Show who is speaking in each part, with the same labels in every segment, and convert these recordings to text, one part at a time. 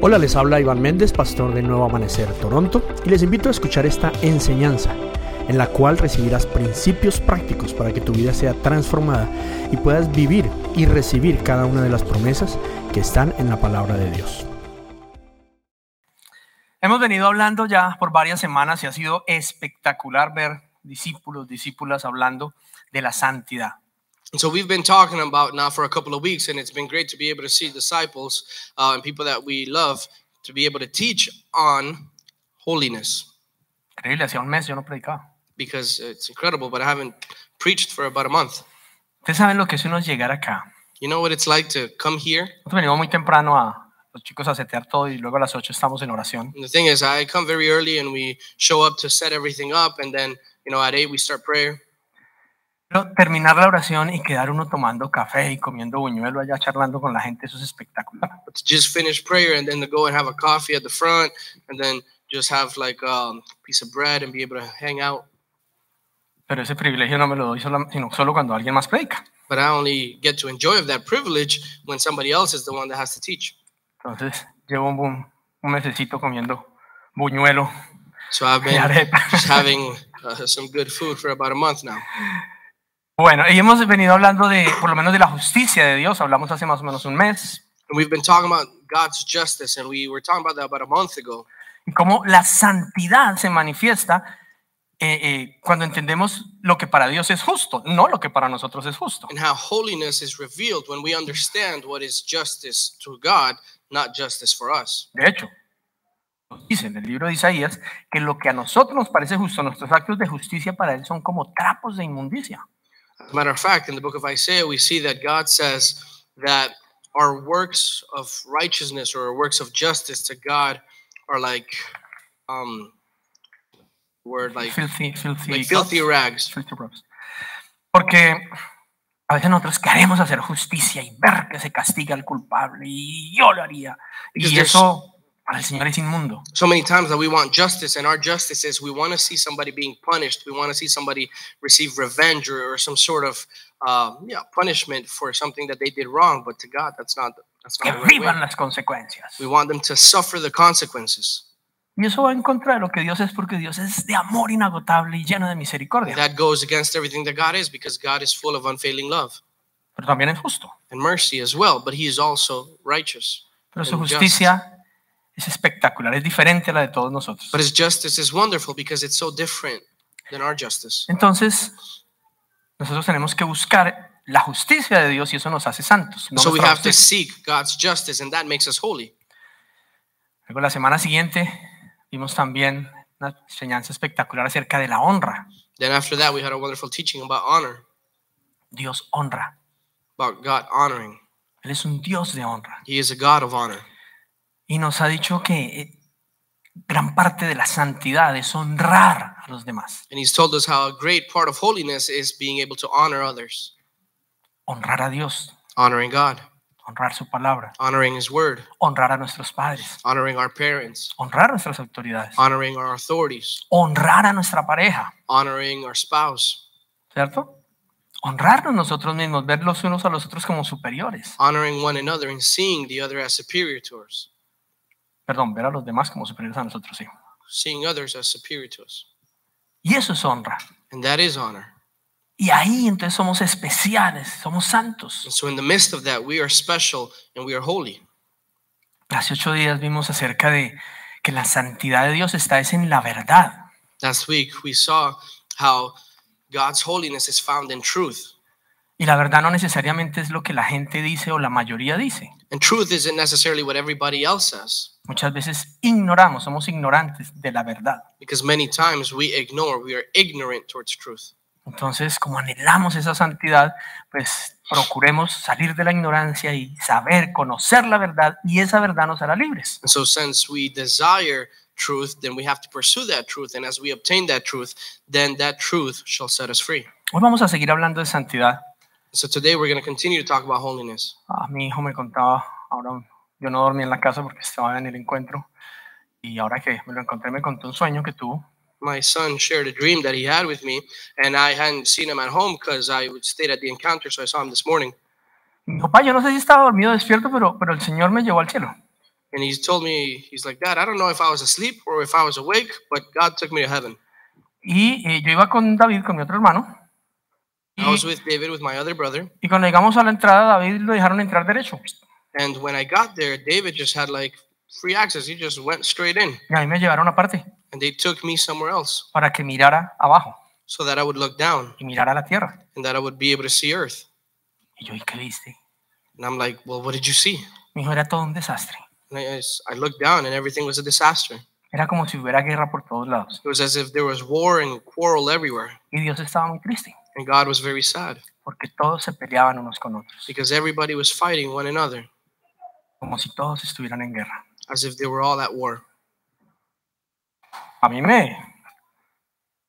Speaker 1: Hola, les habla Iván Méndez, pastor de Nuevo Amanecer Toronto, y les invito a escuchar esta enseñanza en la cual recibirás principios prácticos para que tu vida sea transformada y puedas vivir y recibir cada una de las promesas que están en la palabra de Dios.
Speaker 2: Hemos venido hablando ya por varias semanas y ha sido espectacular ver discípulos, discípulas hablando de la santidad.
Speaker 3: And so we've been talking about now for a couple of weeks, and it's been great to be able to see disciples uh, and people that we love to be able to teach on holiness
Speaker 2: Increíble, hacía un mes yo no predicaba.
Speaker 3: because it's incredible. But I haven't preached for about a month.
Speaker 2: Ustedes saben lo que es uno llegar acá.
Speaker 3: You know what it's like to come here.
Speaker 2: Nosotros venimos muy temprano a los chicos a setear todo y luego a las 8 estamos en oración.
Speaker 3: And the thing is, I come very early, and we show up to set everything up, and then you know at eight we start prayer.
Speaker 2: Pero terminar la oración y quedar uno tomando café y comiendo buñuelo allá charlando con la gente, eso es espectacular.
Speaker 3: But to just finish prayer, and then to go and have a coffee at the front, and then just have like um, a piece of bread and be able to hang out.
Speaker 2: Pero ese privilegio no me lo doy solo, sino solo cuando alguien más predica.
Speaker 3: But I only get to enjoy of that privilege when somebody else is the one that has to teach.
Speaker 2: Entonces llevo un, un, un mesecito comiendo buñuelo
Speaker 3: So I've
Speaker 2: y
Speaker 3: been
Speaker 2: arepa.
Speaker 3: just having uh, some good food for about a month now.
Speaker 2: Bueno, y hemos venido hablando de, por lo menos de la justicia de Dios, hablamos hace más o menos un mes,
Speaker 3: And we've been talking about God's justice, and we were talking about that about a month ago.
Speaker 2: y cómo la santidad se manifiesta eh, eh, cuando entendemos lo que para Dios es justo, no lo que para nosotros es justo.
Speaker 3: and how holiness is revealed when we understand what is justice to God, not justice for us.
Speaker 2: De hecho, nos dice en el libro de Isaías que lo que a nosotros nos parece justo, nuestros actos de justicia para Él son como trapos de inmundicia.
Speaker 3: As a matter of fact, in the book of Isaiah, we see that God says that our works of righteousness or our works of justice to God are like, um, word like,
Speaker 2: Filthy, filthy,
Speaker 3: like filthy
Speaker 2: clothes,
Speaker 3: rags.
Speaker 2: filthy robes. Porque a veces nosotros queremos hacer justicia y ver que se castiga al culpable y yo lo haría.
Speaker 3: Because
Speaker 2: Y
Speaker 3: there's-
Speaker 2: eso para el Señor es inmundo.
Speaker 3: So many times that we want justice, and our justice is we want to see somebody being punished. We want to see somebody receive revenge or, or some sort of uh, yeah punishment for something that they did wrong. But to God, that's not that's
Speaker 2: Que
Speaker 3: not the right way.
Speaker 2: vivan las consecuencias.
Speaker 3: We want them to suffer the consequences.
Speaker 2: Y eso va en contra de lo que Dios es, porque Dios es de amor inagotable y lleno de
Speaker 3: And
Speaker 2: misericordia,
Speaker 3: that goes against everything that God is because God is full of unfailing love
Speaker 2: pero también es justo.
Speaker 3: and mercy as well, but He is also righteous.
Speaker 2: Pero su
Speaker 3: And just.
Speaker 2: justicia es espectacular, es diferente a la de todos nosotros.
Speaker 3: But His justice is wonderful because it's so different than our justice.
Speaker 2: Entonces, nosotros tenemos que buscar la justicia de Dios y eso nos hace santos. no
Speaker 3: so we
Speaker 2: nuestra
Speaker 3: have to
Speaker 2: justicia.
Speaker 3: seek God's justice, and that makes us holy.
Speaker 2: Luego, la semana siguiente, vimos también una enseñanza espectacular acerca de la honra.
Speaker 3: Then after that, we had a wonderful teaching about honor,
Speaker 2: Dios honra.
Speaker 3: about God honoring.
Speaker 2: Él es un Dios de honra.
Speaker 3: He is a God of honor.
Speaker 2: Y nos ha dicho que eh, gran parte de la santidad es honrar a los demás.
Speaker 3: And He's told us how a great part of holiness is being able to honor others,
Speaker 2: honrar a Dios,
Speaker 3: honoring God,
Speaker 2: honrar su palabra,
Speaker 3: honoring His word,
Speaker 2: honrar a nuestros padres,
Speaker 3: honoring our parents,
Speaker 2: honrar a nuestras autoridades,
Speaker 3: honoring our authorities.
Speaker 2: honrar a nuestra pareja,
Speaker 3: honoring our spouse,
Speaker 2: ¿cierto? Honrarnos nosotros mismos, ver los unos a los otros como superiores.
Speaker 3: honoring one another, and seeing the other as superior to us,
Speaker 2: Perdón, ver a los demás como superiores a nosotros, sí.
Speaker 3: seeing others as superior to us.
Speaker 2: Y eso es honra.
Speaker 3: And that is honor.
Speaker 2: Y ahí entonces somos especiales, somos
Speaker 3: And
Speaker 2: santos.
Speaker 3: so, in the midst of that, we are special and we are holy.
Speaker 2: Hace ocho días vimos acerca de que la santidad de Dios está es en la verdad.
Speaker 3: Last week, we saw how God's holiness is found in truth.
Speaker 2: Y la verdad no necesariamente es lo que la gente dice o la mayoría dice.
Speaker 3: And truth isn't necessarily what everybody else says,
Speaker 2: Muchas veces ignoramos, somos ignorantes de la verdad.
Speaker 3: because many times we ignore, we are ignorant towards truth.
Speaker 2: Entonces, como anhelamos esa santidad, pues procuremos salir de la ignorancia y saber, conocer la verdad, y esa verdad nos hará libres.
Speaker 3: And so, since we desire truth, then we have to pursue that truth. And as we obtain that truth, then that truth shall set us free.
Speaker 2: Hoy vamos a seguir hablando de santidad.
Speaker 3: So today we're going to continue to talk about holiness.
Speaker 2: A Ah, mi hijo me contaba, ahora yo no dormí en la casa porque estaba en el encuentro, y ahora que me lo encontré me contó un sueño que tuvo,
Speaker 3: My son shared a dream that he had with me, and I hadn't seen him at home because I would stayed at the encounter, so I saw him this morning.
Speaker 2: Y me dijo, papá, yo no sé si estaba dormido o despierto, pero, pero el Señor me llevó al cielo.
Speaker 3: And he told me, he's like, Dad, I don't know if I was asleep or if I was awake, but God took me to heaven.
Speaker 2: Y eh, yo iba con David, con mi otro hermano. Y,
Speaker 3: I
Speaker 2: Mm-hmm.
Speaker 3: was with David, with my other brother.
Speaker 2: y cuando llegamos a la entrada, David lo dejaron entrar derecho.
Speaker 3: And when I got there, David just had like free access. He just went straight in.
Speaker 2: Y ahí me llevaron aparte
Speaker 3: And they took me somewhere else
Speaker 2: para que mirara abajo
Speaker 3: so that I would look down
Speaker 2: y mirara la tierra.
Speaker 3: and that I would be able to see earth.
Speaker 2: Y yo, ¿y qué viste?
Speaker 3: And I'm like, Well, what did you see?
Speaker 2: Mi hijo era todo un desastre.
Speaker 3: And I, I s- I looked down and everything was a disaster.
Speaker 2: Era como si hubiera guerra por todos lados.
Speaker 3: It was as if there was war and quarrel everywhere.
Speaker 2: Y Dios estaba muy triste
Speaker 3: And God was very sad
Speaker 2: porque todos se peleaban unos con otros,
Speaker 3: because everybody was fighting one another
Speaker 2: como si todos estuvieran en guerra.
Speaker 3: as if they were all at war.
Speaker 2: A mí me...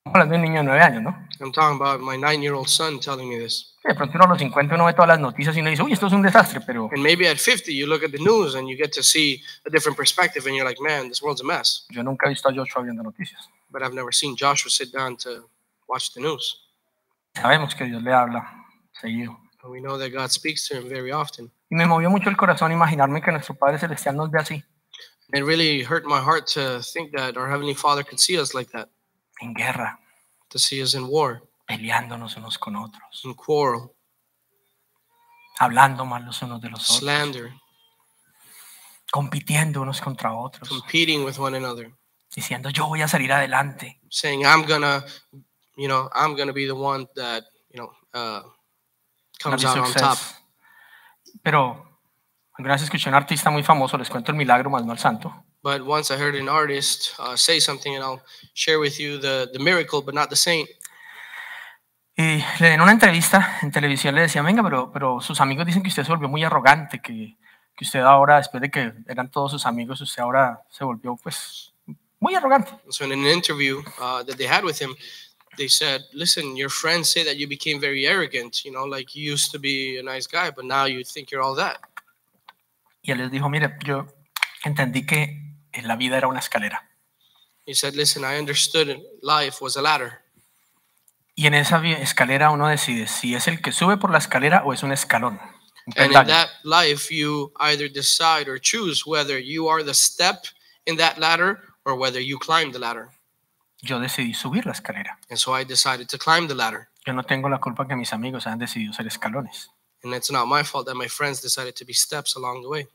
Speaker 2: Estamos hablando de un niño de nueve años, ¿no?
Speaker 3: I'm talking about my nine year old son telling me this.
Speaker 2: Que De pronto uno a los 50 uno ve todas las noticias y uno dice, uy, esto es un desastre, pero
Speaker 3: And maybe at 50, you look at the news and you get to see a different perspective and you're like, man, this world's a mess.
Speaker 2: yo nunca he visto a Joshua viendo noticias.
Speaker 3: But I've never seen Joshua sit down to watch the news.
Speaker 2: Sabemos que Dios le habla seguido.
Speaker 3: And we know that God speaks to him very often.
Speaker 2: Y me movió mucho el corazón imaginarme que nuestro Padre Celestial nos ve así,
Speaker 3: It really hurt my heart to think that our Heavenly Father could see us like that,
Speaker 2: en guerra,
Speaker 3: to see us in war,
Speaker 2: peleándonos unos con otros,
Speaker 3: in quarrel,
Speaker 2: hablando mal los unos de los otros,
Speaker 3: slander,
Speaker 2: compitiendo unos contra otros,
Speaker 3: competing with one another,
Speaker 2: diciendo yo voy a salir adelante,
Speaker 3: saying, I'm gonna, you know, I'm gonna be the one that, you know, uh,
Speaker 2: I'll
Speaker 3: comes
Speaker 2: be
Speaker 3: out on top.
Speaker 2: success. Pero alguna vez escuché a un artista muy famoso, les cuento el milagro más no al santo,
Speaker 3: But once I heard an artist uh, say something, and I'll share with you the, the miracle, but not the saint.
Speaker 2: y le den una entrevista en televisión, le decía, venga, pero, pero sus amigos dicen que usted se volvió muy arrogante, que, que usted ahora, después de que eran todos sus amigos, usted ahora se volvió pues muy arrogante.
Speaker 3: So in an interview uh, that they had with him, they said, "Listen, your friends say that you became very arrogant. You know, like you used to be a nice guy, but now you think you're all that."
Speaker 2: Y él les dijo, mire, yo entendí que la vida era una escalera.
Speaker 3: He said, "Listen, I understood life was a ladder,
Speaker 2: Y en esa vi- escalera uno decide si es el que sube por la escalera o es un escalón. un
Speaker 3: and in
Speaker 2: peldaño.
Speaker 3: that life, you either decide or choose whether you are the step in that ladder or whether you climb the ladder."
Speaker 2: Yo decidí subir la escalera.
Speaker 3: And so I decided to climb the ladder,
Speaker 2: Yo no tengo la culpa que mis amigos hayan decidido ser escalones.
Speaker 3: and it's not my fault that my friends decided to be steps along the way.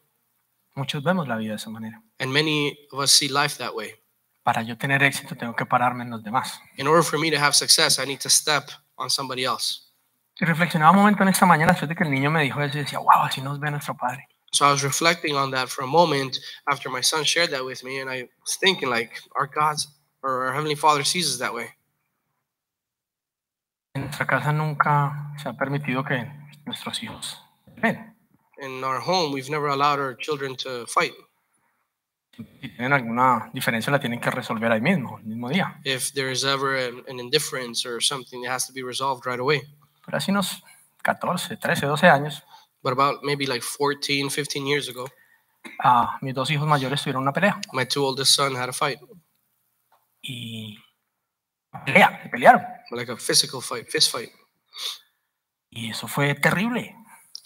Speaker 2: Muchos vemos la vida de esa manera.
Speaker 3: And many of us see life that way.
Speaker 2: Para yo tener éxito tengo que pararme en los demás.
Speaker 3: In order for me to have success, I need to step on somebody else.
Speaker 2: Y reflexionaba un momento en esta mañana después de que el niño me dijo eso y decía, wow, así nos ve nuestro padre.
Speaker 3: So I was reflecting on that for a moment after my son shared that with me, and I was thinking, like, our God's or our Heavenly Father sees us that way.
Speaker 2: En nuestra casa nunca se ha permitido que nuestros hijos... Ven,
Speaker 3: In our home, we've never allowed our children to fight.
Speaker 2: si tienen alguna diferencia la tienen que resolver ahí mismo, el mismo día.
Speaker 3: If there is ever an, an indifference or something that has to be resolved right away.
Speaker 2: Pero así unos 14, 13, 12 años,
Speaker 3: But about maybe like 14, 15 years ago,
Speaker 2: ah, mis dos hijos mayores tuvieron una pelea.
Speaker 3: my two oldest son had a fight,
Speaker 2: Y pelea, se pelearon.
Speaker 3: like a physical fight, fist fight,
Speaker 2: Y eso fue terrible.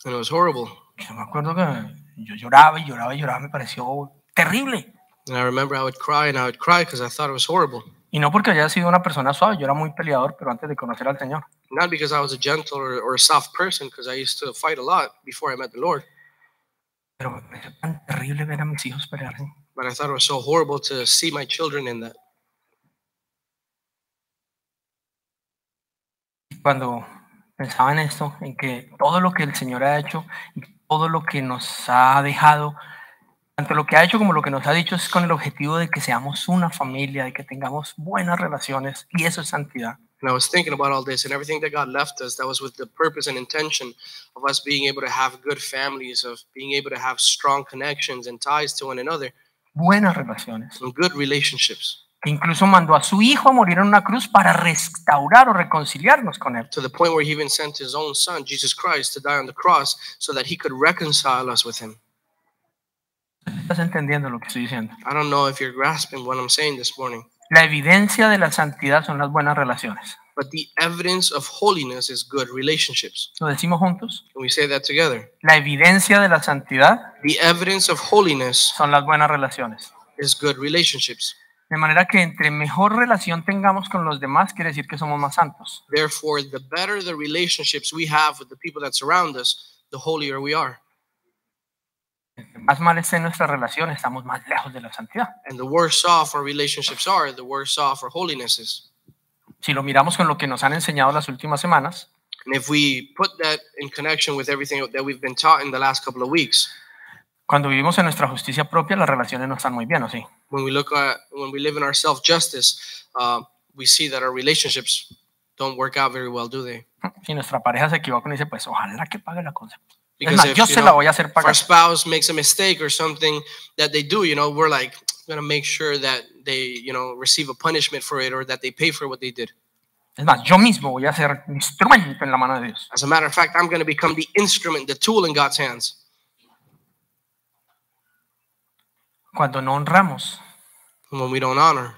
Speaker 3: and it was horrible.
Speaker 2: Yo me acuerdo que yo lloraba y lloraba y lloraba, me pareció terrible.
Speaker 3: And I remember I would cry and I would cry because I thought it was horrible.
Speaker 2: Y no porque haya sido una persona suave, yo era muy peleador, pero antes de conocer al Señor.
Speaker 3: Not because I was a gentle or, or a soft person, because I used to fight a lot before I met the Lord.
Speaker 2: Pero me pareció tan terrible ver a mis hijos pelearse.
Speaker 3: but I thought it was so horrible to see my children in that.
Speaker 2: Cuando pensaba en esto, en que todo lo que el Señor ha hecho, y todo lo que nos ha dejado, tanto lo que ha hecho como lo que nos ha dicho es con el objetivo de que seamos una familia, de que tengamos buenas relaciones, y eso es santidad.
Speaker 3: And I was thinking about all this and everything that God left us, that was with the purpose and intention of us being able to have good families, of being able to have strong connections and ties to one another,
Speaker 2: Buenas relaciones.
Speaker 3: and good relationships.
Speaker 2: que incluso mandó a su hijo a morir en una cruz para restaurar o reconciliarnos con él.
Speaker 3: To the point where He even sent His own Son, Jesus Christ, to die on the cross so that He could reconcile us with Him.
Speaker 2: ¿Estás entendiendo lo que estoy diciendo?
Speaker 3: I don't know if you're grasping what I'm saying this morning.
Speaker 2: La evidencia de la santidad son las buenas relaciones.
Speaker 3: But the evidence of holiness is good relationships.
Speaker 2: Lo decimos juntos.
Speaker 3: Can we say that together?
Speaker 2: La evidencia de la santidad
Speaker 3: The evidence of holiness
Speaker 2: son las buenas relaciones.
Speaker 3: is good relationships.
Speaker 2: De manera que entre mejor relación tengamos con los demás, quiere decir que somos más santos.
Speaker 3: Therefore, the better the relationships we have with the people that surround us, the holier we are.
Speaker 2: Entre más mal esté nuestra relación, estamos más lejos de la santidad.
Speaker 3: And the worse off our relationships are, the worse off our holiness is.
Speaker 2: Si lo miramos con lo que nos han enseñado las últimas semanas,
Speaker 3: And if we put that in connection with everything that we've been taught in the last couple of weeks,
Speaker 2: cuando vivimos en nuestra justicia propia, las relaciones no están muy bien, ¿o sí?
Speaker 3: when we look at when we live in our self justice, uh, we see that our relationships don't work out very well, do they?
Speaker 2: Si nuestra pareja se equivoca y dice, pues ojalá que pague la cosa. Es
Speaker 3: Because
Speaker 2: más,
Speaker 3: if,
Speaker 2: yo se
Speaker 3: you know,
Speaker 2: la voy a hacer
Speaker 3: if our
Speaker 2: pagar.
Speaker 3: spouse makes a mistake or something that they do, you know, we're like gonna make sure that they, you know, receive a punishment for it or that they pay for what they did.
Speaker 2: Es más, yo mismo voy a ser un instrumento en la mano de Dios.
Speaker 3: As a matter of fact, I'm gonna become the instrument, the tool in God's hands.
Speaker 2: Cuando no honramos,
Speaker 3: When we don't honor,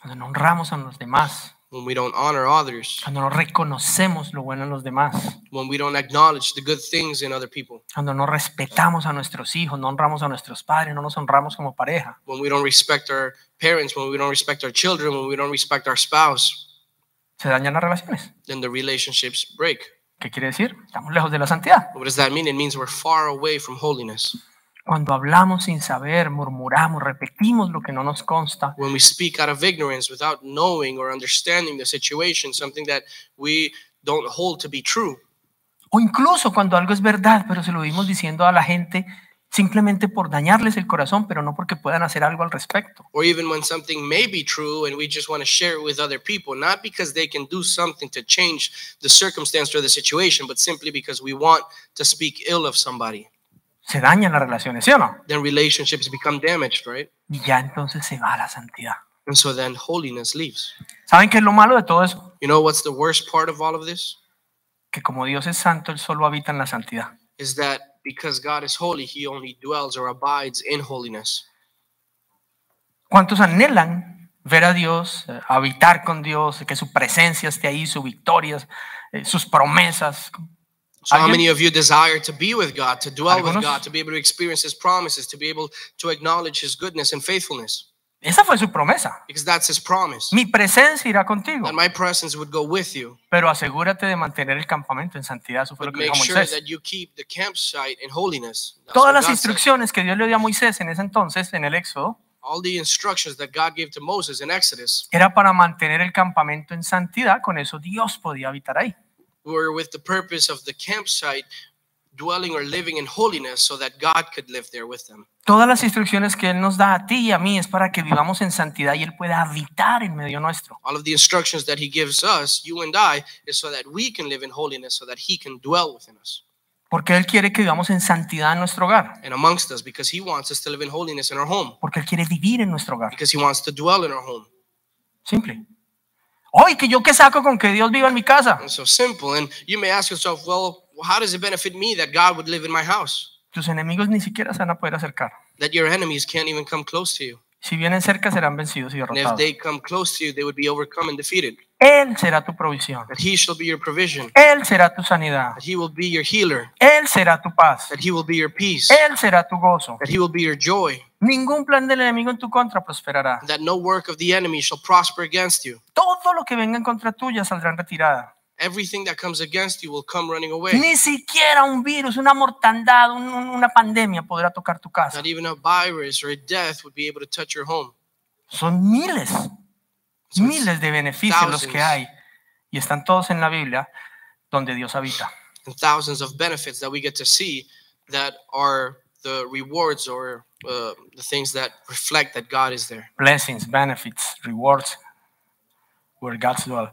Speaker 2: cuando no honramos a los demás,
Speaker 3: when we don't honor others,
Speaker 2: cuando no reconocemos lo bueno en los demás,
Speaker 3: when we don't acknowledge the good things in other people,
Speaker 2: cuando no respetamos a nuestros hijos, no honramos a nuestros padres, no nos honramos como pareja,
Speaker 3: when we don't respect our parents, when we don't respect our children, when we don't respect our spouse,
Speaker 2: se dañan las relaciones.
Speaker 3: then the relationships break.
Speaker 2: ¿Qué quiere decir? Estamos lejos de la santidad.
Speaker 3: What does that mean? It means we're far away from holiness.
Speaker 2: Cuando hablamos sin saber, murmuramos, repetimos lo que no nos consta,
Speaker 3: When we speak out of ignorance without knowing or understanding the situation, something that we don't hold to be true,
Speaker 2: o incluso cuando algo es verdad, pero se lo vimos diciendo a la gente simplemente por dañarles el corazón, pero no porque puedan hacer algo al respecto.
Speaker 3: or even when something may be true and we just want to share it with other people, not because they can do something to change the circumstance or the situation, but simply because we want to speak ill of somebody.
Speaker 2: Se dañan las relaciones, ¿sí o no?
Speaker 3: Then relationships become damaged, right?
Speaker 2: Y ya entonces se va la santidad.
Speaker 3: And so then holiness leaves.
Speaker 2: ¿Saben qué es lo malo de todo eso?
Speaker 3: You know what's the worst part of all of this?
Speaker 2: Que como Dios es santo, Él solo habita en la santidad.
Speaker 3: Is that because God is holy, he only dwells or abides in holiness.
Speaker 2: ¿Cuántos anhelan ver a Dios, eh, habitar con Dios, que su presencia esté ahí, sus victorias, eh, sus promesas?
Speaker 3: So, how
Speaker 2: Alguien-
Speaker 3: many of you desire to be with God, to dwell with
Speaker 2: Algunos-
Speaker 3: God, to be able to experience His promises, to be able to acknowledge His goodness and faithfulness?
Speaker 2: Esa fue su promesa.
Speaker 3: Because that's His promise.
Speaker 2: Mi presencia irá contigo,
Speaker 3: That my presence would go with you.
Speaker 2: pero asegúrate de mantener el campamento en santidad. Eso fue lo
Speaker 3: But
Speaker 2: que dijo
Speaker 3: make sure
Speaker 2: Moisés.
Speaker 3: that you keep the campsite in holiness. That's
Speaker 2: Todas
Speaker 3: what
Speaker 2: las
Speaker 3: God said.
Speaker 2: instrucciones que Dios le dio a Moisés en ese entonces, en el Éxodo,
Speaker 3: All the instructions that God gave to Moses in Exodus
Speaker 2: era para mantener el campamento en santidad. Con eso Dios podía habitar ahí.
Speaker 3: were with the purpose of the campsite dwelling or living in holiness so that God could live there with them.
Speaker 2: Todas las instrucciones que Él nos da a ti y a mí es para que vivamos en santidad y Él pueda habitar en medio nuestro.
Speaker 3: all of the instructions that he gives us, you and I, is so that we can live in holiness, so that he can dwell within us
Speaker 2: Porque Él quiere que vivamos en santidad en nuestro hogar.
Speaker 3: and amongst us, because he wants us to live in holiness in our home,
Speaker 2: Porque Él quiere vivir en nuestro hogar.
Speaker 3: because he wants to dwell in our home.
Speaker 2: Simple. Hoy, que yo qué saco con que Dios viva en mi casa.
Speaker 3: And so simple. And you may ask yourself, well, how does it benefit me that God would live in my house?
Speaker 2: Tus enemigos ni siquiera se van a poder acercar.
Speaker 3: That your enemies can't even come close to you.
Speaker 2: Si vienen cerca, serán vencidos y
Speaker 3: And if
Speaker 2: derrotados.
Speaker 3: they come close to you, they would be overcome and defeated.
Speaker 2: Él será tu provisión.
Speaker 3: That he shall be your provision,
Speaker 2: Él será tu sanidad.
Speaker 3: that he will be your healer,
Speaker 2: Él será tu paz.
Speaker 3: that he will be your peace,
Speaker 2: Él será tu gozo.
Speaker 3: that he will be your joy,
Speaker 2: Ningún plan del enemigo en tu contra prosperará.
Speaker 3: that no work of the enemy shall prosper against you.
Speaker 2: Todo lo que venga en contra tuya saldrá en retirada.
Speaker 3: Everything that comes against you will come running away.
Speaker 2: Ni siquiera un virus, una mortandad, un- un- una pandemia podrá tocar tu casa.
Speaker 3: Not even a virus or a death would be able to touch your home.
Speaker 2: Son miles,
Speaker 3: So it's-
Speaker 2: miles de beneficios los que
Speaker 3: thousands.
Speaker 2: hay. Y están todos en la Biblia donde Dios habita.
Speaker 3: and thousands of benefits that we get to see that are the rewards or uh, the things that reflect that God is there.
Speaker 2: Blessings, benefits, rewards, where God's dwell.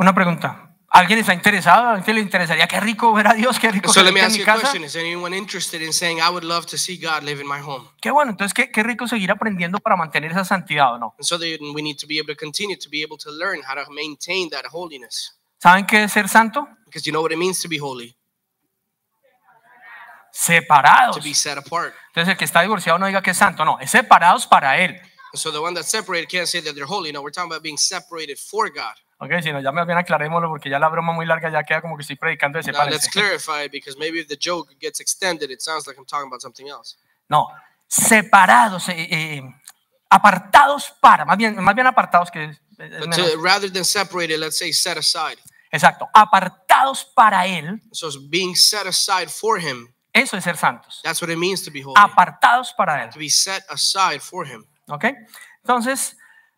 Speaker 2: Una pregunta. ¿Alguien está interesado? ¿A alguien le interesaría? Qué rico ver a Dios, qué rico
Speaker 3: So
Speaker 2: que
Speaker 3: let me
Speaker 2: habite en
Speaker 3: ask
Speaker 2: mi
Speaker 3: you a
Speaker 2: casa.
Speaker 3: question: Is anyone interested in saying, "I would love to see God live in my home"?
Speaker 2: Qué bueno, entonces qué, qué rico seguir aprendiendo para mantener esa santidad o no.
Speaker 3: And so then we need to be able to continue to be able to learn how to maintain that holiness,
Speaker 2: ¿Saben qué es ser santo?
Speaker 3: because you know what it means to be holy,
Speaker 2: Separados.
Speaker 3: to be set apart.
Speaker 2: Entonces el que está divorciado no diga que es santo, no, es separados para él.
Speaker 3: And so the one that's separated can't say that they're holy. No, we're talking about being separated for God.
Speaker 2: Ok, sino ya más bien aclarémoslo porque ya la broma muy larga ya queda como que estoy predicando de
Speaker 3: Now let's
Speaker 2: sepárense.
Speaker 3: clarify it because maybe if the joke gets extended, it sounds like I'm talking about something else.
Speaker 2: No, separados, eh, eh, apartados para, más bien, más bien apartados que es- es
Speaker 3: But
Speaker 2: menos.
Speaker 3: to, rather than separated, let's say set aside.
Speaker 2: Exacto, apartados para Él,
Speaker 3: So it's being set aside for Him.
Speaker 2: eso es ser santos.
Speaker 3: That's what it means to be holy.
Speaker 2: Apartados para Él.
Speaker 3: To be set aside for Him.
Speaker 2: ¿Ok? Entonces,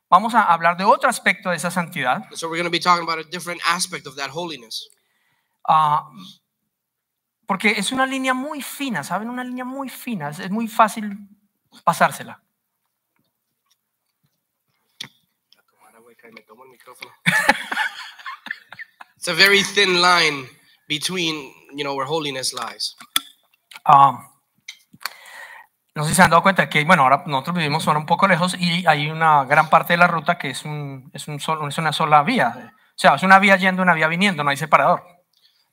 Speaker 2: vamos a hablar de otro aspecto de esa santidad.
Speaker 3: And so we're going to be talking about a different aspect of that holiness
Speaker 2: ah, porque es una línea muy fina, ¿saben? Una línea muy fina. Es, es muy fácil pasársela.
Speaker 3: it's a very thin line between you know where holiness lies
Speaker 2: Ah, no sé si se han dado cuenta que, bueno, ahora nosotros vivimos ahora un poco lejos y hay una gran parte de la ruta que es, un, es, un solo, es una sola vía. O sea, es una vía yendo, una vía viniendo, no hay separador.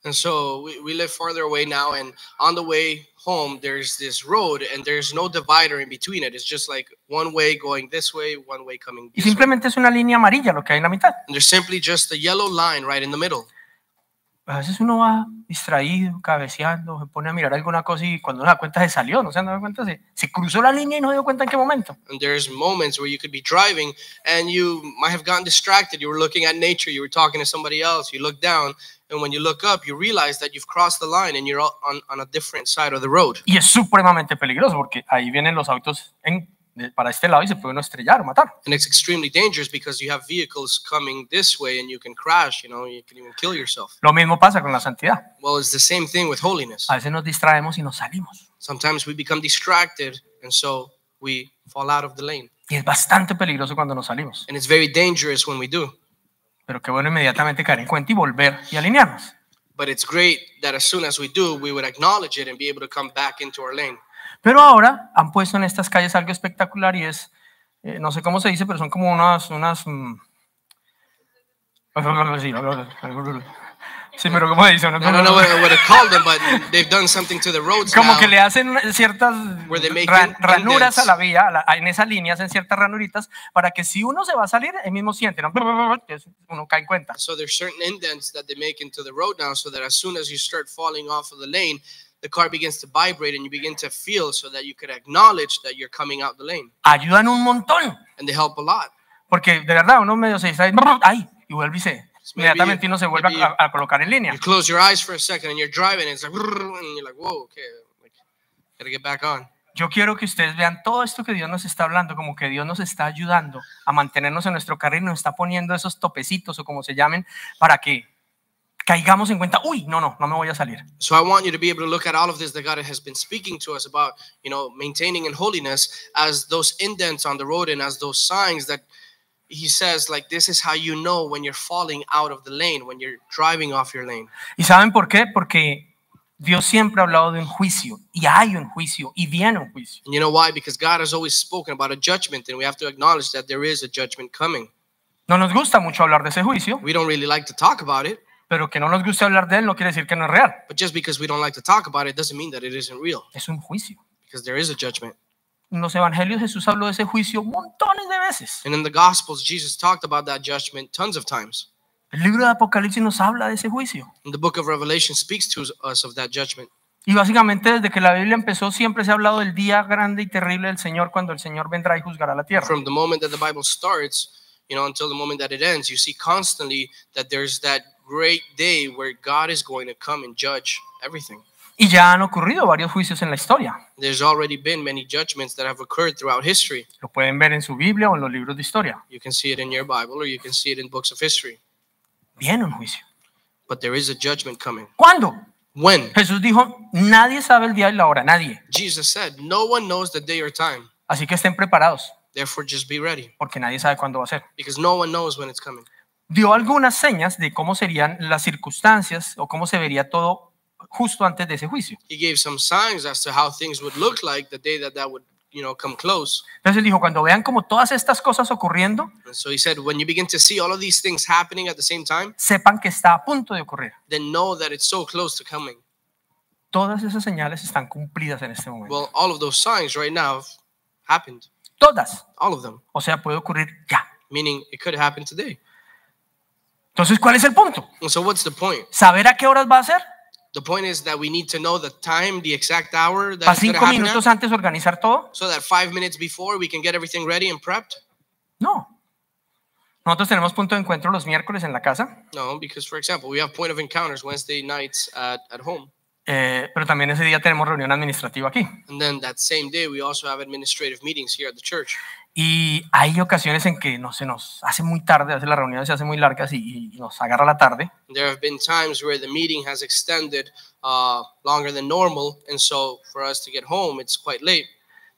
Speaker 3: and so we, we live farther away now and on the way home there's this road and there's no divider in between it it's just like one way going this way one way coming
Speaker 2: Y
Speaker 3: this way.
Speaker 2: simplemente es una línea amarilla lo que hay en la mitad.
Speaker 3: And there's simply just a yellow line right in the middle
Speaker 2: A veces uno va distraído, cabeceando, se pone a mirar alguna cosa y cuando uno se da cuenta se salió, no se han dado cuenta, se, se cruzó la línea y no se dio cuenta en qué momento.
Speaker 3: and there's moments where you could be driving and you might have gotten distracted you were looking at nature you were talking to somebody else you look down and when you look up you realize that you've crossed the line and you're o- on, on a different side of the road
Speaker 2: Y es supremamente peligroso porque ahí vienen los autos en- de- para este lado y se puede uno estrellar o matar.
Speaker 3: and it's extremely dangerous because you have vehicles coming this way and you can crash you know you can even kill yourself
Speaker 2: Lo mismo pasa con la santidad.
Speaker 3: well it's the same thing with holiness
Speaker 2: A veces nos distraemos y nos salimos.
Speaker 3: sometimes we become distracted and so we fall out of the lane
Speaker 2: Y es bastante peligroso cuando nos salimos.
Speaker 3: and it's very dangerous when we do
Speaker 2: Pero qué bueno inmediatamente caer en cuenta y volver y alinearnos.
Speaker 3: but it's great that as soon as we do we would acknowledge it and be able to come back into our lane
Speaker 2: Pero ahora han puesto en estas calles algo espectacular y es, eh, no sé cómo se dice, pero son como unas, unas... mm, Sí, sí, pero ¿cómo se dice?
Speaker 3: I don't know what, what to call them, but they've done something to the roads
Speaker 2: Como
Speaker 3: now.
Speaker 2: que le hacen ciertas
Speaker 3: Where they make
Speaker 2: ra-
Speaker 3: indents.
Speaker 2: ranuras a la vía, a la- en esa línea hacen ciertas ranuritas para que si uno se va a salir, él mismo siente, ¿no? Entonces, uno cae en cuenta.
Speaker 3: So there's certain indents that they make into the road now, so that as soon as you start falling off of the lane, the car begins to vibrate and you begin to feel, so that you could acknowledge that you're coming out the lane,
Speaker 2: Ayudan un montón,
Speaker 3: and they help a lot.
Speaker 2: porque de verdad uno medio se distrae, ¡ay! Y vuelve y se... Inmediatamente uno se vuelve
Speaker 3: maybe
Speaker 2: a, a colocar en línea.
Speaker 3: You close your eyes for a second, and you're driving, and it's like, and you're like, whoa, okay, like, gotta get back on.
Speaker 2: Yo quiero que ustedes vean todo esto que Dios nos está hablando, como que Dios nos está ayudando a mantenernos en nuestro carril, nos está poniendo esos topecitos o como se llamen, para que caigamos en cuenta, uy, no, no, no me voy a salir.
Speaker 3: So I want you to be able to look at all of this that God has been speaking to us about, you know, maintaining in holiness as those indents on the road and as those signs that he says like this is how you know when you're falling out of the lane, when you're driving off your lane.
Speaker 2: ¿Y saben por qué? Porque Dios siempre ha hablado de un juicio, y hay un juicio, y viene un juicio.
Speaker 3: And you know why? Because God has always spoken about a judgment and we have to acknowledge that there is a judgment coming.
Speaker 2: No nos gusta mucho hablar de ese juicio,
Speaker 3: We don't really like to talk about it,
Speaker 2: pero que no nos guste hablar de él no quiere decir que no es real.
Speaker 3: but just because we don't like to talk about it doesn't mean that it isn't real
Speaker 2: Es un juicio.
Speaker 3: because there is a judgment.
Speaker 2: En los evangelios Jesús habló de ese juicio montones de veces.
Speaker 3: And in the gospels Jesus talked about that judgment tons of times.
Speaker 2: El libro de Apocalipsis nos habla de ese juicio.
Speaker 3: And the book of Revelation speaks to us of that judgment.
Speaker 2: Y básicamente desde que la Biblia empezó siempre se ha hablado del día grande y terrible del Señor cuando el Señor vendrá y juzgará la tierra.
Speaker 3: from the moment that the Bible starts, you know, until the moment that it ends, you see constantly that there's that great day where God is going to come and judge everything.
Speaker 2: Y ya han ocurrido varios juicios en la historia.
Speaker 3: There's already been many judgments that have occurred throughout history.
Speaker 2: Lo pueden ver en su Biblia o en los libros de historia.
Speaker 3: You can see it in your Bible or you can see it in books of history.
Speaker 2: Viene un juicio.
Speaker 3: But there is a judgment coming.
Speaker 2: ¿Cuándo?
Speaker 3: When?
Speaker 2: Jesús dijo, nadie sabe el día y la hora, nadie.
Speaker 3: Jesus said, No one knows the day or time.
Speaker 2: Así que estén preparados,
Speaker 3: Therefore, just be ready
Speaker 2: porque nadie sabe cuándo va a ser.
Speaker 3: because no one knows when it's coming.
Speaker 2: Dio algunas señas de cómo serían las circunstancias o cómo se vería todo justo antes de ese juicio.
Speaker 3: He gave some signs as to how things would look like the day that that would, you know, come close.
Speaker 2: Entonces él dijo, cuando vean como todas estas cosas ocurriendo,
Speaker 3: And so he said, When you begin to see all of these things happening at the same time,
Speaker 2: sepan que está a punto de ocurrir.
Speaker 3: then know that it's so close to coming.
Speaker 2: Todas esas señales están cumplidas en este momento.
Speaker 3: Well, all of those signs right now have happened,
Speaker 2: Todas.
Speaker 3: all of them,
Speaker 2: O sea, puede ocurrir ya.
Speaker 3: meaning it could happen today.
Speaker 2: Entonces, ¿cuál es el punto?
Speaker 3: And so, what's the point?
Speaker 2: ¿Saber a qué horas va a ser?
Speaker 3: The point is that we need to know the time, the exact hour
Speaker 2: ¿Para
Speaker 3: that's going to
Speaker 2: cinco
Speaker 3: happen, at,
Speaker 2: minutos antes organizar todo?
Speaker 3: so that five minutes before we can get everything ready and prepped.
Speaker 2: No. Nosotros tenemos punto de encuentro los miércoles en la casa,
Speaker 3: No, because for example, we have point of encounters Wednesday nights at, at home,
Speaker 2: eh, pero también ese día tenemos reunión administrativa aquí.
Speaker 3: and then that same day we also have administrative meetings here at the church.
Speaker 2: Y hay ocasiones en que no se nos hace muy tarde, hace las reuniones se hacen muy largas y, y nos agarra la tarde.
Speaker 3: There have been times where the meeting has extended uh, longer than normal, and so for us to get home, it's quite late.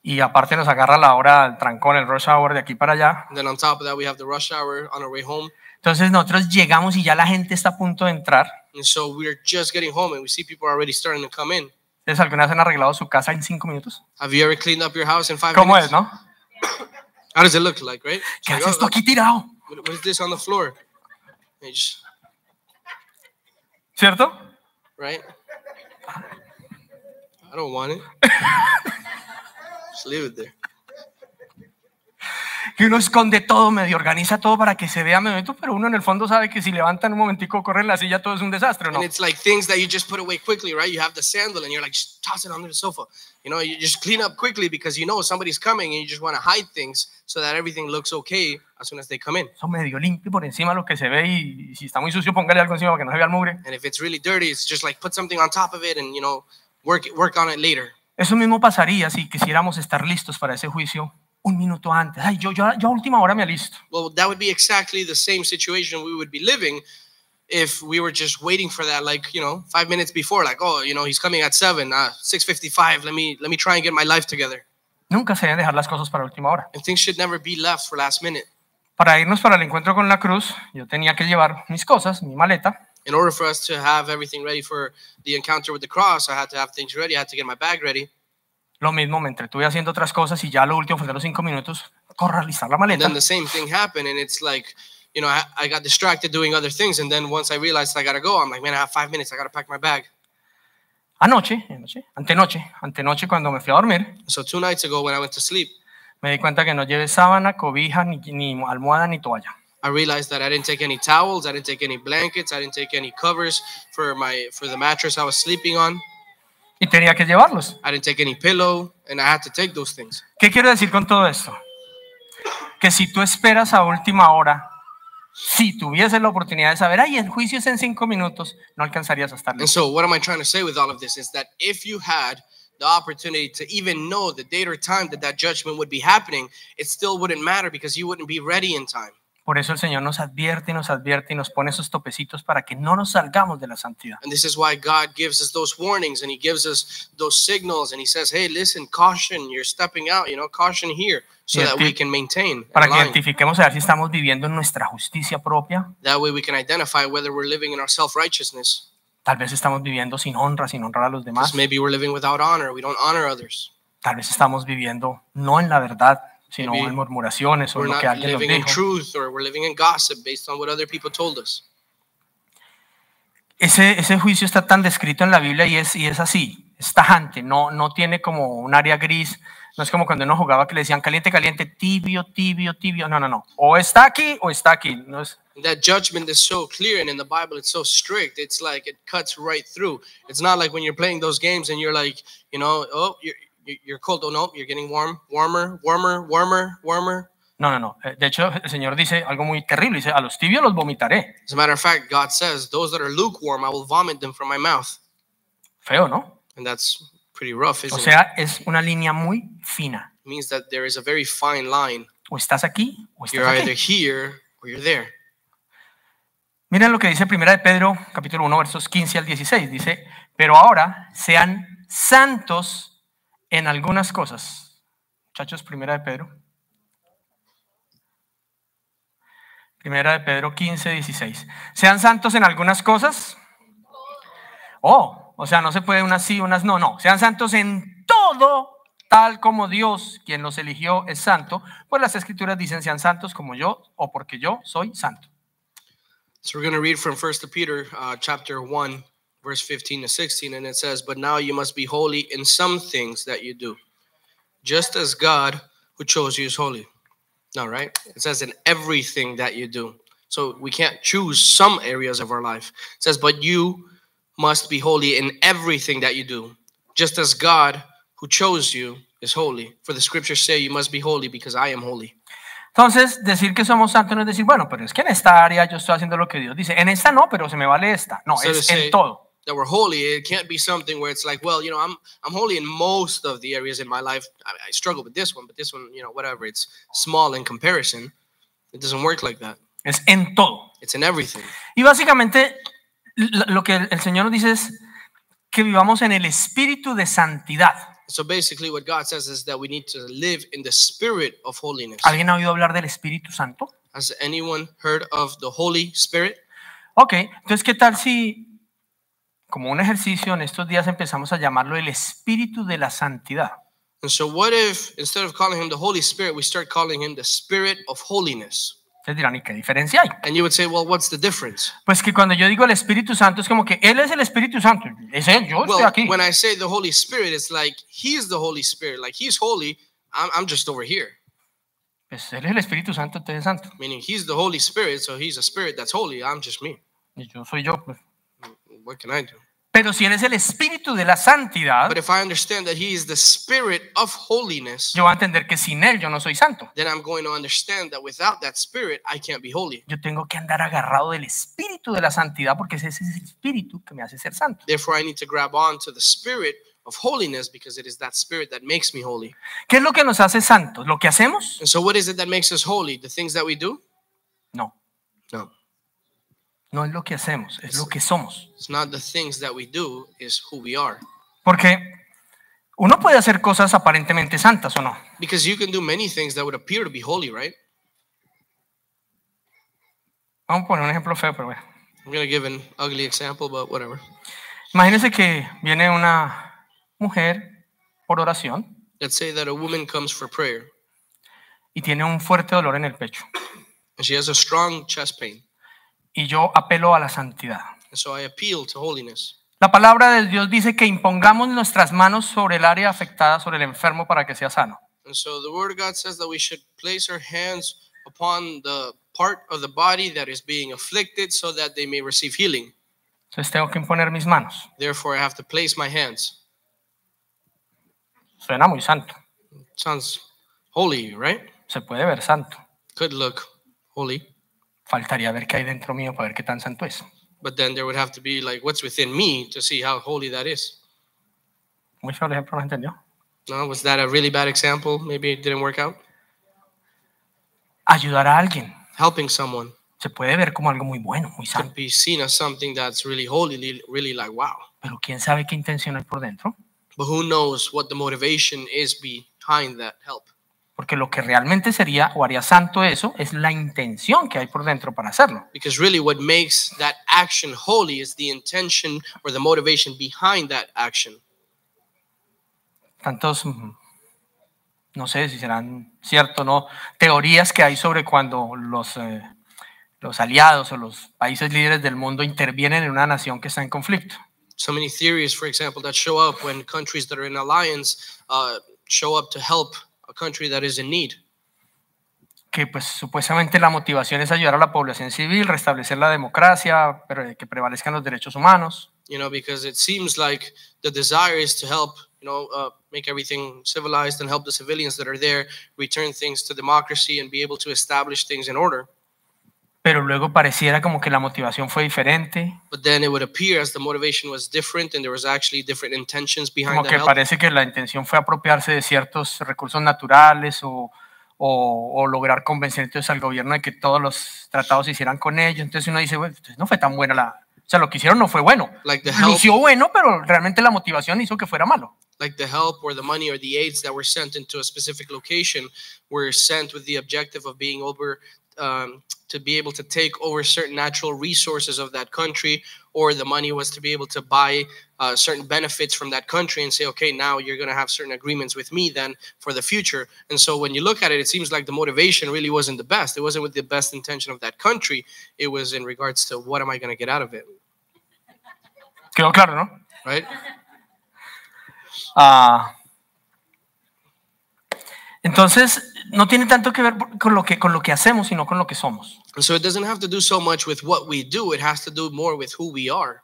Speaker 2: Y aparte nos agarra la hora, el trancón, el rush hour de aquí para allá.
Speaker 3: And then on top of that, we have the rush hour on our way home,
Speaker 2: Entonces nosotros llegamos y ya la gente está a punto de entrar.
Speaker 3: and so we're just getting home, and we see people already starting to come in.
Speaker 2: Entonces algunas han arreglado su casa en cinco minutos.
Speaker 3: Have you ever cleaned up your house in five
Speaker 2: ¿Cómo
Speaker 3: minutes?
Speaker 2: es, no?
Speaker 3: How does it look like, right? It's
Speaker 2: ¿Qué
Speaker 3: like,
Speaker 2: haces
Speaker 3: oh,
Speaker 2: esto aquí tirado?
Speaker 3: what- what is this on the floor? And you just-
Speaker 2: ¿Cierto?
Speaker 3: right? I don't want it. Just leave it there.
Speaker 2: Que uno esconde todo, medio organiza todo para que se vea medio bonito, pero uno en el fondo sabe que si levantan un momentico, corren la silla, todo es un desastre, ¿o ¿no?
Speaker 3: And it's like things that you just put away quickly, right? You have the sandal and you're like, just toss it under the sofa. You know, you just clean up quickly because you know somebody's coming and you just want to hide things so that everything looks okay as soon as they come in.
Speaker 2: Eso medio limpio por encima lo que se ve y, y si está muy sucio, póngale algo encima para que no se vea el mugre.
Speaker 3: And if it's really dirty, it's just like put something on top of it and, you know, work, it- work on it later.
Speaker 2: Eso mismo pasaría si quisiéramos estar listos para ese juicio un minuto antes. Ay, yo, yo, yo a última hora me alisto.
Speaker 3: Well, that would be exactly the same situation we would be living if we were just waiting for that, like you know, five minutes before, like oh, you know, he's coming at seven, uh, six fifty-five. Let me let me try and get my life together.
Speaker 2: Nunca se deben dejar las cosas para última hora.
Speaker 3: And things should never be left for last minute.
Speaker 2: Para irnos para el encuentro con la cruz, yo tenía que llevar mis cosas, mi maleta,
Speaker 3: In order for us to have everything ready for the encounter with the cross, I had to have things ready. I had to get my bag ready.
Speaker 2: lo mismo, me entretuve haciendo otras cosas y ya lo último fue de los cinco minutos, corra a alistar la
Speaker 3: And
Speaker 2: maleta.
Speaker 3: then the same thing happened, and it's like. You know, I, I got distracted doing other things, and then once I realized I gotta go, I'm like, man, I have five minutes. I gotta pack my bag.
Speaker 2: Anoche, anoche, antenoche, antenoche cuando me fui a dormir,
Speaker 3: So two nights ago, when I went to sleep,
Speaker 2: me di cuenta que no llevé sábana, cobija, ni, ni almohada, ni toalla.
Speaker 3: I realized that I didn't take any towels, I didn't take any blankets, I didn't take any covers for my for the mattress I was sleeping on.
Speaker 2: Y tenía que llevarlos.
Speaker 3: I didn't take any pillow, and I had to take those things.
Speaker 2: ¿Qué quiero decir con todo esto? Que si tú esperas a última hora, si tuvieses la oportunidad de saber, ay, el juicio es en cinco minutos, no alcanzarías a estar
Speaker 3: And
Speaker 2: listo.
Speaker 3: so, what am I trying to say with all of this is that if you had the opportunity to even know the date or time that that judgment would be happening, it still wouldn't matter because you wouldn't be ready in time.
Speaker 2: Por eso el Señor nos advierte y nos advierte y nos pone esos topecitos para que no nos salgamos de la santidad.
Speaker 3: And this is why God gives us those warnings and He gives us those signals and He says, "Hey, listen, caution! You're stepping out. You know, caution here, so
Speaker 2: Yeah,
Speaker 3: that we
Speaker 2: dude.
Speaker 3: can maintain." and
Speaker 2: Para que
Speaker 3: align.
Speaker 2: identifiquemos a ver si estamos viviendo en nuestra justicia propia.
Speaker 3: That way we can identify whether we're living in our self righteousness.
Speaker 2: Tal vez estamos viviendo sin honra, sin honrar a los demás.
Speaker 3: Because maybe we're living without honor. We don't honor others.
Speaker 2: Tal vez estamos viviendo no en la verdad, sino
Speaker 3: Maybe
Speaker 2: en murmuraciones o
Speaker 3: We're
Speaker 2: en lo que
Speaker 3: not
Speaker 2: alguien nos
Speaker 3: living in
Speaker 2: dijo.
Speaker 3: truth or we're living in gossip based on what other people told us.
Speaker 2: Ese, ese juicio está tan descrito en la Biblia y es, y es así, es tajante, no, no tiene como un área gris. No es como cuando uno jugaba que le decían caliente, caliente, tibio, tibio, tibio. No, no, no. O está aquí o está aquí. No es,
Speaker 3: That judgment is so clear, and in the Bible, it's so strict. It's like it cuts right through. It's not like when you're playing those games and you're like, you know, oh, you're, you're- you're cold. Oh, no, you're getting warm, warmer, warmer, warmer, warmer.
Speaker 2: No, no, no. Eh, De hecho, el Señor dice algo muy terrible. Dice, a los tibios los vomitaré.
Speaker 3: As a matter of fact, God says, those that are lukewarm, I will vomit them from my mouth.
Speaker 2: Feo, ¿no?
Speaker 3: And that's pretty rough,
Speaker 2: O
Speaker 3: isn't it?
Speaker 2: sea, es una línea muy fina.
Speaker 3: It means that there is a very fine line.
Speaker 2: O estás aquí o
Speaker 3: You're
Speaker 2: estás
Speaker 3: either
Speaker 2: aquí.
Speaker 3: here or you're there.
Speaker 2: Mira lo que dice Primera de Pedro, capítulo 1, versos 15 al 16. Dice, pero ahora sean santos en algunas cosas. Muchachos, Primera de Pedro. Primera de Pedro 15, 16. Sean santos en algunas cosas. Oh, o sea, no se puede unas sí, unas no, no. Sean santos en todo, tal como Dios, quien los eligió, es santo. Pues las escrituras dicen, sean santos como yo o porque yo soy santo.
Speaker 3: So we're going to read from First Peter uh, chapter 1 verse 15 to 16 and it says, "But now you must be holy in some things that you do, just as God who chose you is holy." No, right? It says in everything that you do. So we can't choose some areas of our life. It says, But you must be holy in everything that you do, just as God who chose you is holy. For the scriptures say, You must be holy because I am holy.
Speaker 2: Entonces, decir que somos santos no es decir, bueno, pero es que en esta área yo estoy haciendo lo que Dios dice. En esta no, pero se me vale esta. No,
Speaker 3: So to
Speaker 2: es en
Speaker 3: say
Speaker 2: todo.
Speaker 3: that we're holy, it can't be something where it's like, well, you know, I'm I'm holy in most of the areas in my life. I, I struggle with this one, but this one, you know, whatever. It's small in comparison. It doesn't work like that.
Speaker 2: Es en todo.
Speaker 3: It's in everything.
Speaker 2: Y básicamente l- lo que el el Señor nos dice es que vivamos en el espíritu de santidad.
Speaker 3: So basically, what God says is that we need to live in the spirit of holiness.
Speaker 2: ¿Alguien ha oído hablar del Espíritu Santo?
Speaker 3: Has anyone heard of the Holy Spirit?
Speaker 2: Ok, entonces, ¿qué tal si, como un ejercicio, en estos días empezamos a llamarlo el espíritu de la santidad?
Speaker 3: And so, what if instead of calling him the Holy Spirit, we start calling him the Spirit of Holiness?
Speaker 2: Ustedes dirán, ¿y qué diferencia hay?
Speaker 3: And you would say, well, what's the difference?
Speaker 2: Pues que cuando yo digo el Espíritu Santo, es como que Él es el Espíritu Santo, es Él, yo estoy
Speaker 3: Well,
Speaker 2: aquí.
Speaker 3: when I say the Holy Spirit, it's like He's the Holy Spirit. Like He's holy. I'm, I'm just over here.
Speaker 2: Pues Él es el Espíritu Santo, entonces es santo.
Speaker 3: Meaning He's the Holy Spirit, so He's a spirit that's holy. I'm just me.
Speaker 2: Y yo soy yo, pues.
Speaker 3: What can I do?
Speaker 2: Pero si Él es el Espíritu de la santidad,
Speaker 3: But if I understand that He is the Spirit of holiness,
Speaker 2: yo voy a entender que sin Él yo no soy santo.
Speaker 3: then I'm going to understand that without that Spirit, I can't be holy.
Speaker 2: Yo tengo que andar agarrado del Espíritu de la santidad porque ese es el Espíritu que me hace ser santo.
Speaker 3: Therefore, I need to grab on to the Spirit of holiness because it is that Spirit that makes me holy.
Speaker 2: ¿Qué es lo que nos hace santos? ¿Lo que hacemos?
Speaker 3: And so, what is it that makes us holy? The things that we do?
Speaker 2: No.
Speaker 3: No.
Speaker 2: No es lo que hacemos, es lo que somos.
Speaker 3: It's not the things that we do, it's who we are.
Speaker 2: Porque uno puede hacer cosas aparentemente santas o no.
Speaker 3: Because you can do many things that would appear to be holy, right?
Speaker 2: Vamos a poner un ejemplo feo, pero bueno.
Speaker 3: I'm gonna give an ugly example, but whatever.
Speaker 2: Imagínense que viene una mujer por oración
Speaker 3: Let's say that a woman comes for prayer
Speaker 2: y tiene un fuerte dolor en el pecho.
Speaker 3: and she has a strong chest pain.
Speaker 2: Y yo apelo a la santidad.
Speaker 3: And so I appeal to holiness.
Speaker 2: La palabra de Dios dice que impongamos nuestras manos sobre el área afectada, sobre el enfermo, para que sea sano.
Speaker 3: And so the word of God says that we should place our hands upon the part of the body that is being afflicted so that they may receive healing.
Speaker 2: Entonces tengo que imponer mis manos.
Speaker 3: Therefore, I have to place my hands.
Speaker 2: Suena muy santo.
Speaker 3: Sounds holy, right?
Speaker 2: Se puede ver santo.
Speaker 3: Could look holy.
Speaker 2: Faltaría ver qué hay dentro mío para ver qué tan santo es.
Speaker 3: But then there would have to be like what's within me to see how holy that is.
Speaker 2: Muy feo el ejemplo, ¿no entendió?
Speaker 3: No, was that a really bad example? Maybe it didn't work out.
Speaker 2: Ayudar a alguien.
Speaker 3: Helping someone.
Speaker 2: se puede ver como algo muy bueno, muy
Speaker 3: could
Speaker 2: santo,
Speaker 3: be seen as something that's really holy, li- really like wow.
Speaker 2: pero quién sabe qué intención hay por dentro,
Speaker 3: But who knows what the motivation is behind that help?
Speaker 2: porque lo que realmente sería o haría santo eso es la intención que hay por dentro para hacerlo.
Speaker 3: Because really, what makes that action holy is the intention or the motivation behind that action.
Speaker 2: Tantos, mm, no sé si serán cierto o no, teorías que hay sobre cuando los, eh, los aliados o los países líderes del mundo intervienen en una nación que está en conflicto.
Speaker 3: So many theories, for example, that show up when countries that are in alliance uh, show up to help a country that is in need.
Speaker 2: que pues supuestamente la motivación es ayudar a la población civil, restablecer la democracia, pero, eh, que prevalezcan los derechos humanos.
Speaker 3: You know, because it seems like the desire is to help, you know, uh, make everything civilized and help the civilians that are there return things to democracy and be able to establish things in order.
Speaker 2: pero luego pareciera como que la motivación fue diferente,
Speaker 3: but then it would appear as the motivation was different and there was actually different intentions
Speaker 2: como
Speaker 3: behind that
Speaker 2: que
Speaker 3: help.
Speaker 2: parece que la intención fue apropiarse de ciertos recursos naturales o, o- o lograr convencer entonces al gobierno de que todos los tratados se hicieran con ellos. Entonces uno dice, bueno, entonces no fue tan buena la... O sea, lo que hicieron no fue bueno.
Speaker 3: Like the help,
Speaker 2: Lució bueno, pero realmente la motivación hizo que fuera malo.
Speaker 3: like the help or the money or the aids that were sent into a specific location were sent with the objective of being over um, to be able to take over certain natural resources of that country, or the money was to be able to buy uh, certain benefits from that country and say, okay, now you're going to have certain agreements with me then for the future. And so when you look at it, it seems like the motivation really wasn't the best. It wasn't with the best intention of that country. It was in regards to what am I going to get out of it,
Speaker 2: Quedó claro, ¿no?
Speaker 3: right?
Speaker 2: Ah, entonces, no tiene tanto que ver por- con lo que, con lo que hacemos, sino con lo que somos.
Speaker 3: And so it doesn't have to do so much with what we do, it has to do more with who we are.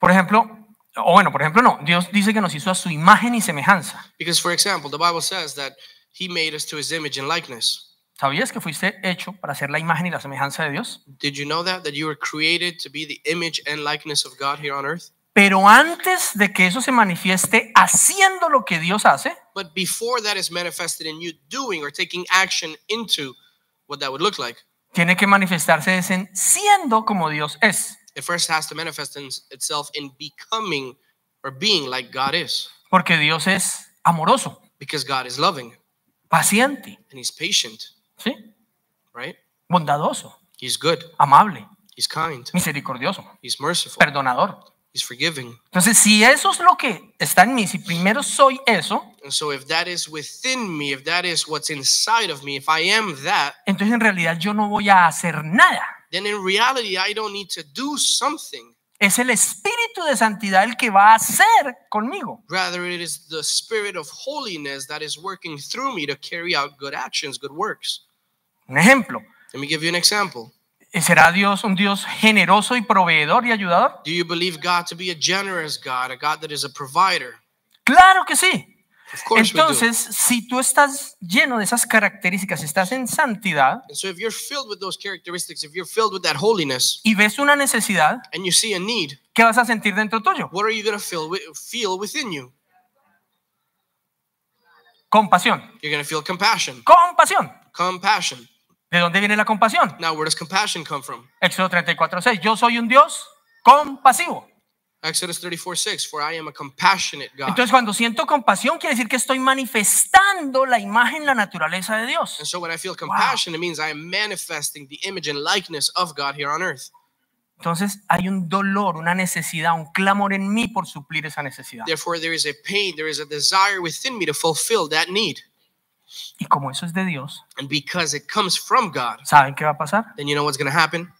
Speaker 2: Por ejemplo, o bueno, por ejemplo, no, Dios dice que nos hizo a su imagen y semejanza.
Speaker 3: Because, for example, the Bible says that He made us to His image and likeness.
Speaker 2: ¿Sabías que fuiste hecho para ser la imagen y la semejanza de Dios?
Speaker 3: Did you know that? That you were created to be the image and likeness of God here on earth?
Speaker 2: Pero antes de que eso se manifieste haciendo lo que Dios hace,
Speaker 3: But before that is manifested in you doing or taking action into what that would look like,
Speaker 2: tiene que manifestarse es en siendo como Dios es.
Speaker 3: it first has to manifest in itself in becoming or being like God is.
Speaker 2: Porque Dios es amoroso,
Speaker 3: Because God is loving
Speaker 2: paciente,
Speaker 3: and He's patient,
Speaker 2: ¿sí?
Speaker 3: right?
Speaker 2: bondadoso,
Speaker 3: He's good,
Speaker 2: amable,
Speaker 3: He's kind,
Speaker 2: misericordioso,
Speaker 3: He's merciful,
Speaker 2: perdonador.
Speaker 3: He's forgiving.
Speaker 2: Entonces, si eso es lo que está en mí, si primero soy eso,
Speaker 3: And so, if that is within me, if that is what's inside of me, if I am that,
Speaker 2: entonces en realidad yo no voy a hacer nada.
Speaker 3: then in reality, I don't need to do something.
Speaker 2: Es el espíritu de santidad el que va a hacer conmigo.
Speaker 3: Rather, it is the spirit of holiness that is working through me to carry out good actions, good works.
Speaker 2: Un ejemplo,
Speaker 3: Let me give you an example.
Speaker 2: ¿será Dios un Dios generoso y proveedor y ayudador?
Speaker 3: Do you believe God to be a generous God, a God that is a provider?
Speaker 2: Claro que sí.
Speaker 3: Of course we do.
Speaker 2: Entonces, si tú estás lleno de esas características, si estás en santidad
Speaker 3: And so if you're filled with those characteristics, if you're filled with that holiness
Speaker 2: y ves una necesidad,
Speaker 3: and you see a need,
Speaker 2: ¿qué vas a sentir dentro tuyo?
Speaker 3: what are you going to feel wi- feel within you?
Speaker 2: Compasión.
Speaker 3: You're going to feel compassion.
Speaker 2: Compasión.
Speaker 3: Compassion.
Speaker 2: ¿De dónde viene la compasión?
Speaker 3: Now, where does compassion come from?
Speaker 2: Éxodo 34, 6. Yo soy un Dios compasivo.
Speaker 3: Exodus 34 6, for I am a compassionate God.
Speaker 2: Entonces, cuando siento compasión, quiere decir que estoy manifestando la imagen, la naturaleza de
Speaker 3: And
Speaker 2: Dios.
Speaker 3: so when I feel compassion, it means I am manifesting the image and likeness of God here on earth.
Speaker 2: Entonces, hay un dolor, una necesidad, un clamor en mí por suplir esa necesidad.
Speaker 3: Therefore, there is a pain, there is a desire within me to fulfill that need.
Speaker 2: Y como eso es de Dios,
Speaker 3: And because it comes from God,
Speaker 2: ¿saben qué va a pasar?
Speaker 3: then you know what's going to happen?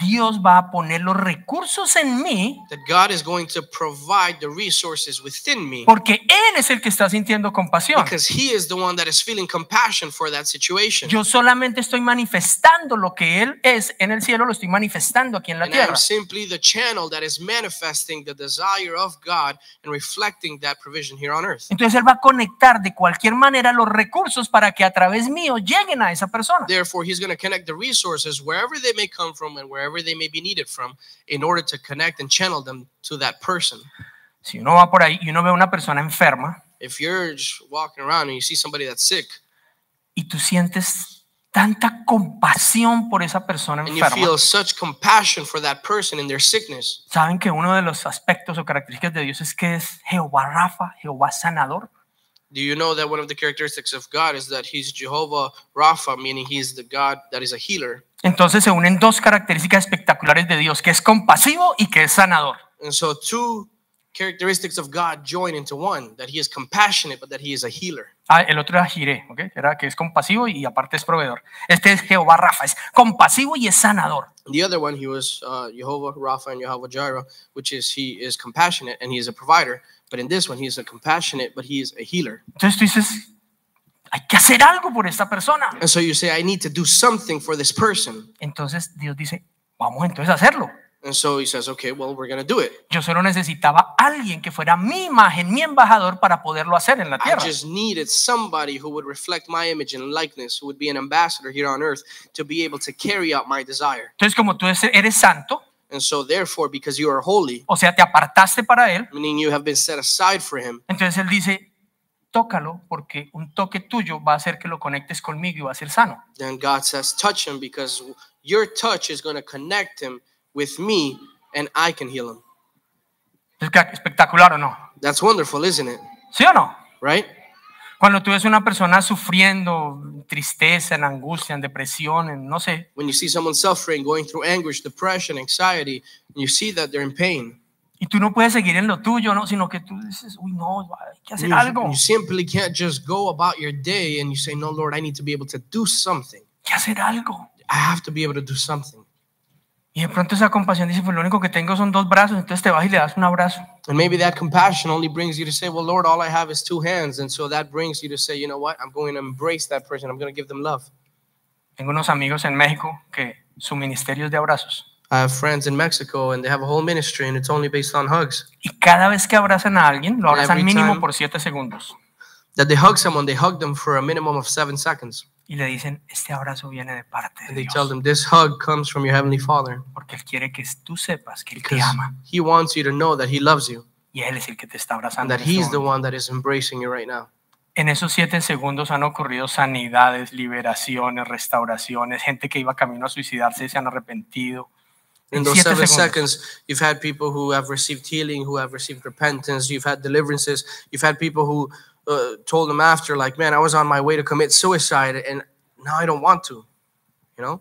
Speaker 2: Dios va a poner los recursos en mí
Speaker 3: That God is going to provide the resources within me
Speaker 2: porque Él es el que está sintiendo compasión.
Speaker 3: because He is the one that is feeling compassion for that situation.
Speaker 2: Yo solamente estoy manifestando lo que Él es en el cielo, lo estoy manifestando aquí en la
Speaker 3: And I
Speaker 2: tierra.
Speaker 3: am simply the channel that is manifesting the desire of God and reflecting that provision here on earth.
Speaker 2: Entonces Él va a conectar de cualquier manera los recursos para que a través mío lleguen a esa persona.
Speaker 3: Therefore, He's going to connect the resources wherever they may come from and wherever they may be needed from in order to connect and channel them to that person.
Speaker 2: Si uno va por ahí y uno ve a una persona enferma
Speaker 3: If you're just walking around and you see somebody that's sick
Speaker 2: y tú sientes tanta compasión por esa persona
Speaker 3: and you
Speaker 2: enferma,
Speaker 3: feel such compassion for that person in their sickness,
Speaker 2: saben que uno de los aspectos o características de Dios es que es Jehová Rafa, Jehová sanador.
Speaker 3: Do you know that one of the characteristics of God is that He's Jehovah Rapha, meaning He's the God that is a healer?
Speaker 2: Entonces se unen dos características espectaculares de Dios, que es compasivo y que es sanador.
Speaker 3: And so, two characteristics of God join into one that He is compassionate, but that He is a healer.
Speaker 2: Ah, el otro era Jiré, ¿ok? Era que es compasivo y aparte es proveedor. Este es Jehová Rafa, es compasivo y es sanador.
Speaker 3: And the other one, He was uh, Jehovah Rapha and Jehovah Jireh, which is He is compassionate and He is a provider. But in this one, He is a compassionate, but He is a healer.
Speaker 2: Entonces tú dices, hay que hacer algo por esta persona.
Speaker 3: And so, you say, I need to do something for this person.
Speaker 2: Entonces Dios dice, vamos entonces a hacerlo.
Speaker 3: And so, He says, Okay, well, we're going to do it.
Speaker 2: Yo solo necesitaba alguien que fuera mi imagen, mi embajador para poderlo hacer en la
Speaker 3: I
Speaker 2: tierra.
Speaker 3: just needed somebody who would reflect my image and likeness, who would be an ambassador here on earth to be able to carry out my desire.
Speaker 2: Entonces como tú eres- eres santo,
Speaker 3: And so, therefore, because you are holy,
Speaker 2: o sea, te apartaste para él,
Speaker 3: meaning you have been set aside for Him,
Speaker 2: entonces él dice, tócalo porque un toque tuyo va a hacer que lo conectes conmigo y va a ser sano.
Speaker 3: then God says, touch Him because your touch is going to connect Him with me and I can heal Him.
Speaker 2: Es que- espectacular o no.
Speaker 3: That's wonderful, isn't it?
Speaker 2: ¿Sí o no?
Speaker 3: Right?
Speaker 2: Cuando tú ves una persona sufriendo en tristeza, en angustia, en depresión, en no sé,
Speaker 3: When you see someone suffering, going through anguish, depression, anxiety, and you see that they're in pain,
Speaker 2: y tú no puedes seguir en lo tuyo, ¿no? sino que tú dices, uy, no, hay que hacer
Speaker 3: you,
Speaker 2: algo,
Speaker 3: you simply can't just go about your day and you say, No, Lord, I need to be able to do something.
Speaker 2: hay que hacer algo.
Speaker 3: I have to be able to do something.
Speaker 2: Y Y de pronto esa compasión dice, pues lo único que tengo son dos brazos, entonces te vas y le das un abrazo.
Speaker 3: And maybe that compassion only brings you to say, Well, Lord, all I have is two hands. And so that brings you to say, You know what? I'm going to embrace that person. I'm going to give them love.
Speaker 2: Tengo unos amigos en México que su ministerio es de abrazos.
Speaker 3: I have friends in Mexico and they have a whole ministry and it's only based on hugs.
Speaker 2: Y cada vez que abrazan a alguien, lo abrazan
Speaker 3: Every
Speaker 2: mínimo
Speaker 3: time.
Speaker 2: por 7 segundos.
Speaker 3: That they hug someone, they hug them for a minimum of seven seconds.
Speaker 2: Y le dicen, este abrazo viene de parte
Speaker 3: And
Speaker 2: de
Speaker 3: they tell
Speaker 2: Dios.
Speaker 3: them, This hug comes from your Heavenly Father
Speaker 2: Porque Él quiere que tú sepas que Él te
Speaker 3: because
Speaker 2: ama.
Speaker 3: He wants you to know that He loves you
Speaker 2: Y Él es el que te está
Speaker 3: and
Speaker 2: abrazando.
Speaker 3: that
Speaker 2: En, este
Speaker 3: He's the
Speaker 2: momento.
Speaker 3: one that is embracing you right now.
Speaker 2: En esos 7 segundos han ocurrido sanidades, liberaciones, restauraciones, gente que iba camino a suicidarse se han arrepentido.
Speaker 3: In
Speaker 2: En
Speaker 3: those
Speaker 2: siete
Speaker 3: seven
Speaker 2: segundos.
Speaker 3: seconds, you've had people who have received healing, who have received repentance, you've had deliverances, you've had people who uh, told them after, like, man, I was on my way to commit suicide and now I don't want to. You know?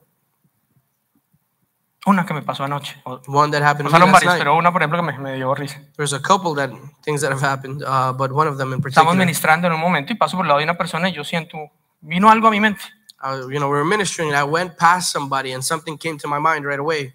Speaker 2: Una que me pasó anoche. o-
Speaker 3: One that happened to me
Speaker 2: Pasaron
Speaker 3: last
Speaker 2: varias,
Speaker 3: night.
Speaker 2: pero una, por ejemplo, que me, me dio risa.
Speaker 3: There's a couple that things that have happened, uh, but one of them in
Speaker 2: Estamos
Speaker 3: particular,
Speaker 2: ministrando en un momento y paso por el lado de una persona y yo siento, vino algo a mi mente.
Speaker 3: uh, you know, we were ministering and I went past somebody and something came to my mind right away.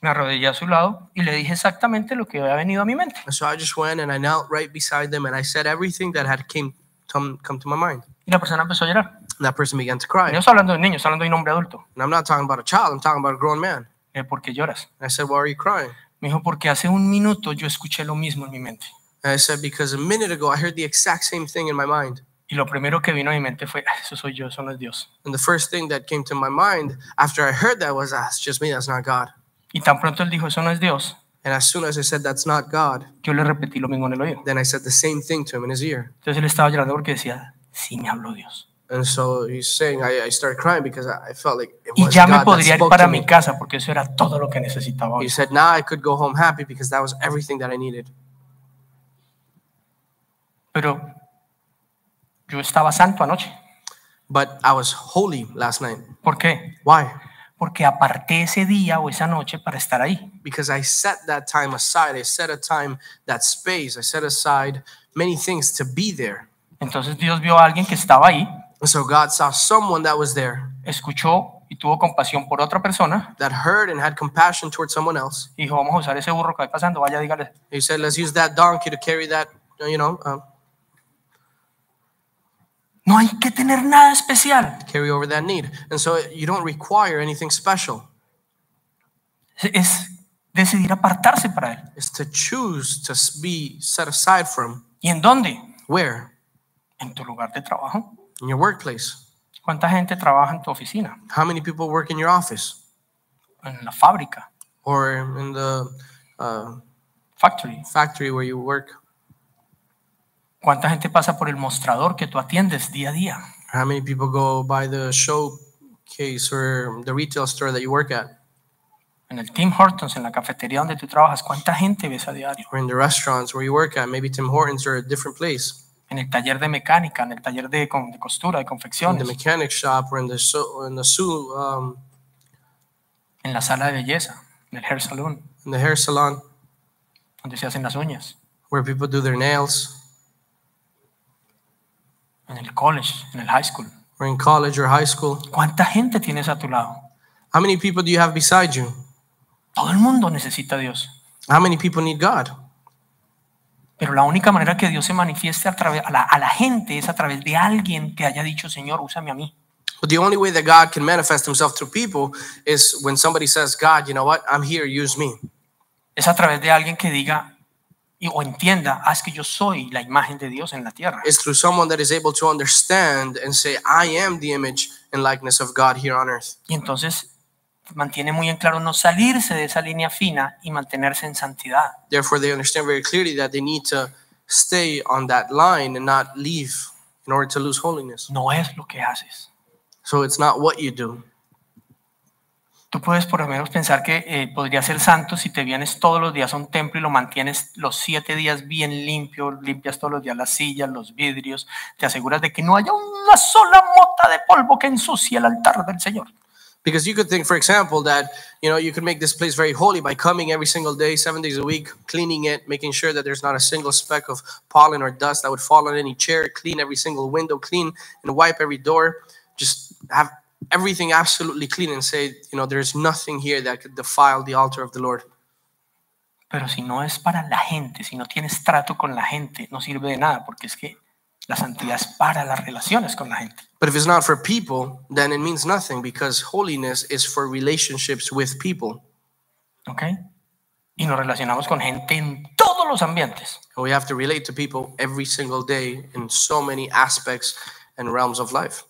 Speaker 2: Me arrodillé a su lado y le dije exactamente lo que había venido a mi mente.
Speaker 3: And so I just went and I knelt right beside them and I said everything that had came come, come to my mind.
Speaker 2: Y la persona empezó a llorar.
Speaker 3: And that person began to
Speaker 2: No
Speaker 3: cry.
Speaker 2: estoy hablando de niños, estoy hablando de un hombre adulto.
Speaker 3: And I'm not talking about a child, I'm talking about a grown man.
Speaker 2: Eh, ¿Por qué lloras?
Speaker 3: And I said, Why are you crying?
Speaker 2: Me dijo, porque hace un minuto yo escuché lo mismo en mi mente.
Speaker 3: And I said, Because a minute ago I heard the exact same thing in my mind.
Speaker 2: Y lo primero que vino a mi mente fue, "Ah, eso soy yo, eso no es Dios.
Speaker 3: And the first thing that came to my mind after I heard that was, ah, it's just me, that's not God.
Speaker 2: Y tan pronto él dijo, eso no es Dios,
Speaker 3: And as soon as I said, that's not God,
Speaker 2: yo le repetí lo mismo en el oído.
Speaker 3: then I said the same thing to him in his ear.
Speaker 2: Entonces él estaba llorando porque decía, sí me habló Dios.
Speaker 3: And so he's saying, I, I started crying because I, I felt like it
Speaker 2: Y
Speaker 3: was
Speaker 2: ya me
Speaker 3: God that
Speaker 2: podría ir
Speaker 3: spoke
Speaker 2: para
Speaker 3: to
Speaker 2: mi
Speaker 3: me.
Speaker 2: casa porque eso era todo lo que necesitaba hoy.
Speaker 3: He said, now I could go home happy because that was everything that I needed.
Speaker 2: Pero yo estaba santo anoche.
Speaker 3: But I was holy last night.
Speaker 2: ¿Por qué?
Speaker 3: Why?
Speaker 2: Porque aparté ese día o esa noche para estar ahí.
Speaker 3: Because I set that time aside. I set a time, that space. I set aside many things to be there.
Speaker 2: Entonces Dios vio a alguien que estaba ahí,
Speaker 3: And so God saw someone that was there,
Speaker 2: escuchó y tuvo compasión por otra persona.
Speaker 3: that heard and had compassion towards someone else.
Speaker 2: y Dijo, vamos a usar ese burro que va pasando, vaya, dígale.
Speaker 3: He said, let's use that donkey to carry that, you know, uh,
Speaker 2: No hay que tener nada especial.
Speaker 3: carry over that need. And so you don't require anything special.
Speaker 2: Es decidir apartarse para Él.
Speaker 3: It's to choose to s- be set aside from
Speaker 2: ¿Y en dónde?
Speaker 3: where?
Speaker 2: En tu lugar de trabajo.
Speaker 3: In your workplace.
Speaker 2: ¿Cuánta gente trabaja en tu oficina?
Speaker 3: How many people work in your office
Speaker 2: En la fábrica,
Speaker 3: or in the uh,
Speaker 2: factory.
Speaker 3: factory where you work?
Speaker 2: ¿Cuánta gente pasa por el mostrador que tú atiendes día a día?
Speaker 3: How many people go by the showcase or the retail store that you work at
Speaker 2: En el Tim Hortons, en la cafetería donde tú trabajas, ¿cuánta gente ves a diario?
Speaker 3: or in the restaurants where you work at? Maybe Tim Hortons or a different place.
Speaker 2: En el taller de mecánica, en el taller de, con- de costura, de
Speaker 3: In the
Speaker 2: confecciones,
Speaker 3: mechanic shop or in the, so, or in the zoo, um,
Speaker 2: en la sala de belleza, en el hair salon,
Speaker 3: in the hair salon
Speaker 2: donde se hacen las uñas,
Speaker 3: where people do their nails
Speaker 2: en el college, en el high school.
Speaker 3: or in college or high school.
Speaker 2: ¿Cuánta gente tienes a tu lado?
Speaker 3: How many people do you have beside you?
Speaker 2: Todo el mundo necesita a Dios.
Speaker 3: How many people need God?
Speaker 2: Pero la única manera que Dios se manifieste a, través, a, la, a la gente es a través de alguien que haya dicho, Señor, úsame a mí.
Speaker 3: But the only way that God can manifest himself through people is when somebody says, God, you know what? I'm here, use me.
Speaker 2: Es a través de alguien que diga y- o entienda, haz que yo soy la imagen de Dios en la tierra.
Speaker 3: It's through someone that is able to understand and say, I am the image and likeness of God here on earth.
Speaker 2: Y entonces mantiene muy en claro no salirse de esa línea fina y mantenerse en santidad.
Speaker 3: Therefore, they understand very clearly that they need to stay on that line and not leave in order to lose holiness.
Speaker 2: No es lo que haces.
Speaker 3: So it's not what you do.
Speaker 2: Tú puedes por lo menos pensar que eh, podría ser santo si te vienes todos los días a un templo y lo mantienes los siete días bien limpio, limpias todos los días las sillas, los vidrios, te aseguras de que no haya una sola mota de polvo que ensucie el altar del Señor.
Speaker 3: Because you could think, for example, that you know you could make this place very holy by coming every single day, seven days a week, cleaning it, making sure that there's not a single speck of pollen or dust that would fall on any chair, clean every single window, clean and wipe every door, just have everything absolutely clean and say, you know, there's nothing here that could defile the altar of the Lord.
Speaker 2: Pero si no es para la gente, si no tienes trato con la gente, no sirve de nada, porque es que la santidad es para las relaciones con la gente.
Speaker 3: But if it's not for people, then it means nothing because holiness is for relationships with people.
Speaker 2: ¿Ok? Y nos relacionamos con gente en todos los ambientes.
Speaker 3: And we have to relate to people every single day in so many aspects and realms of life.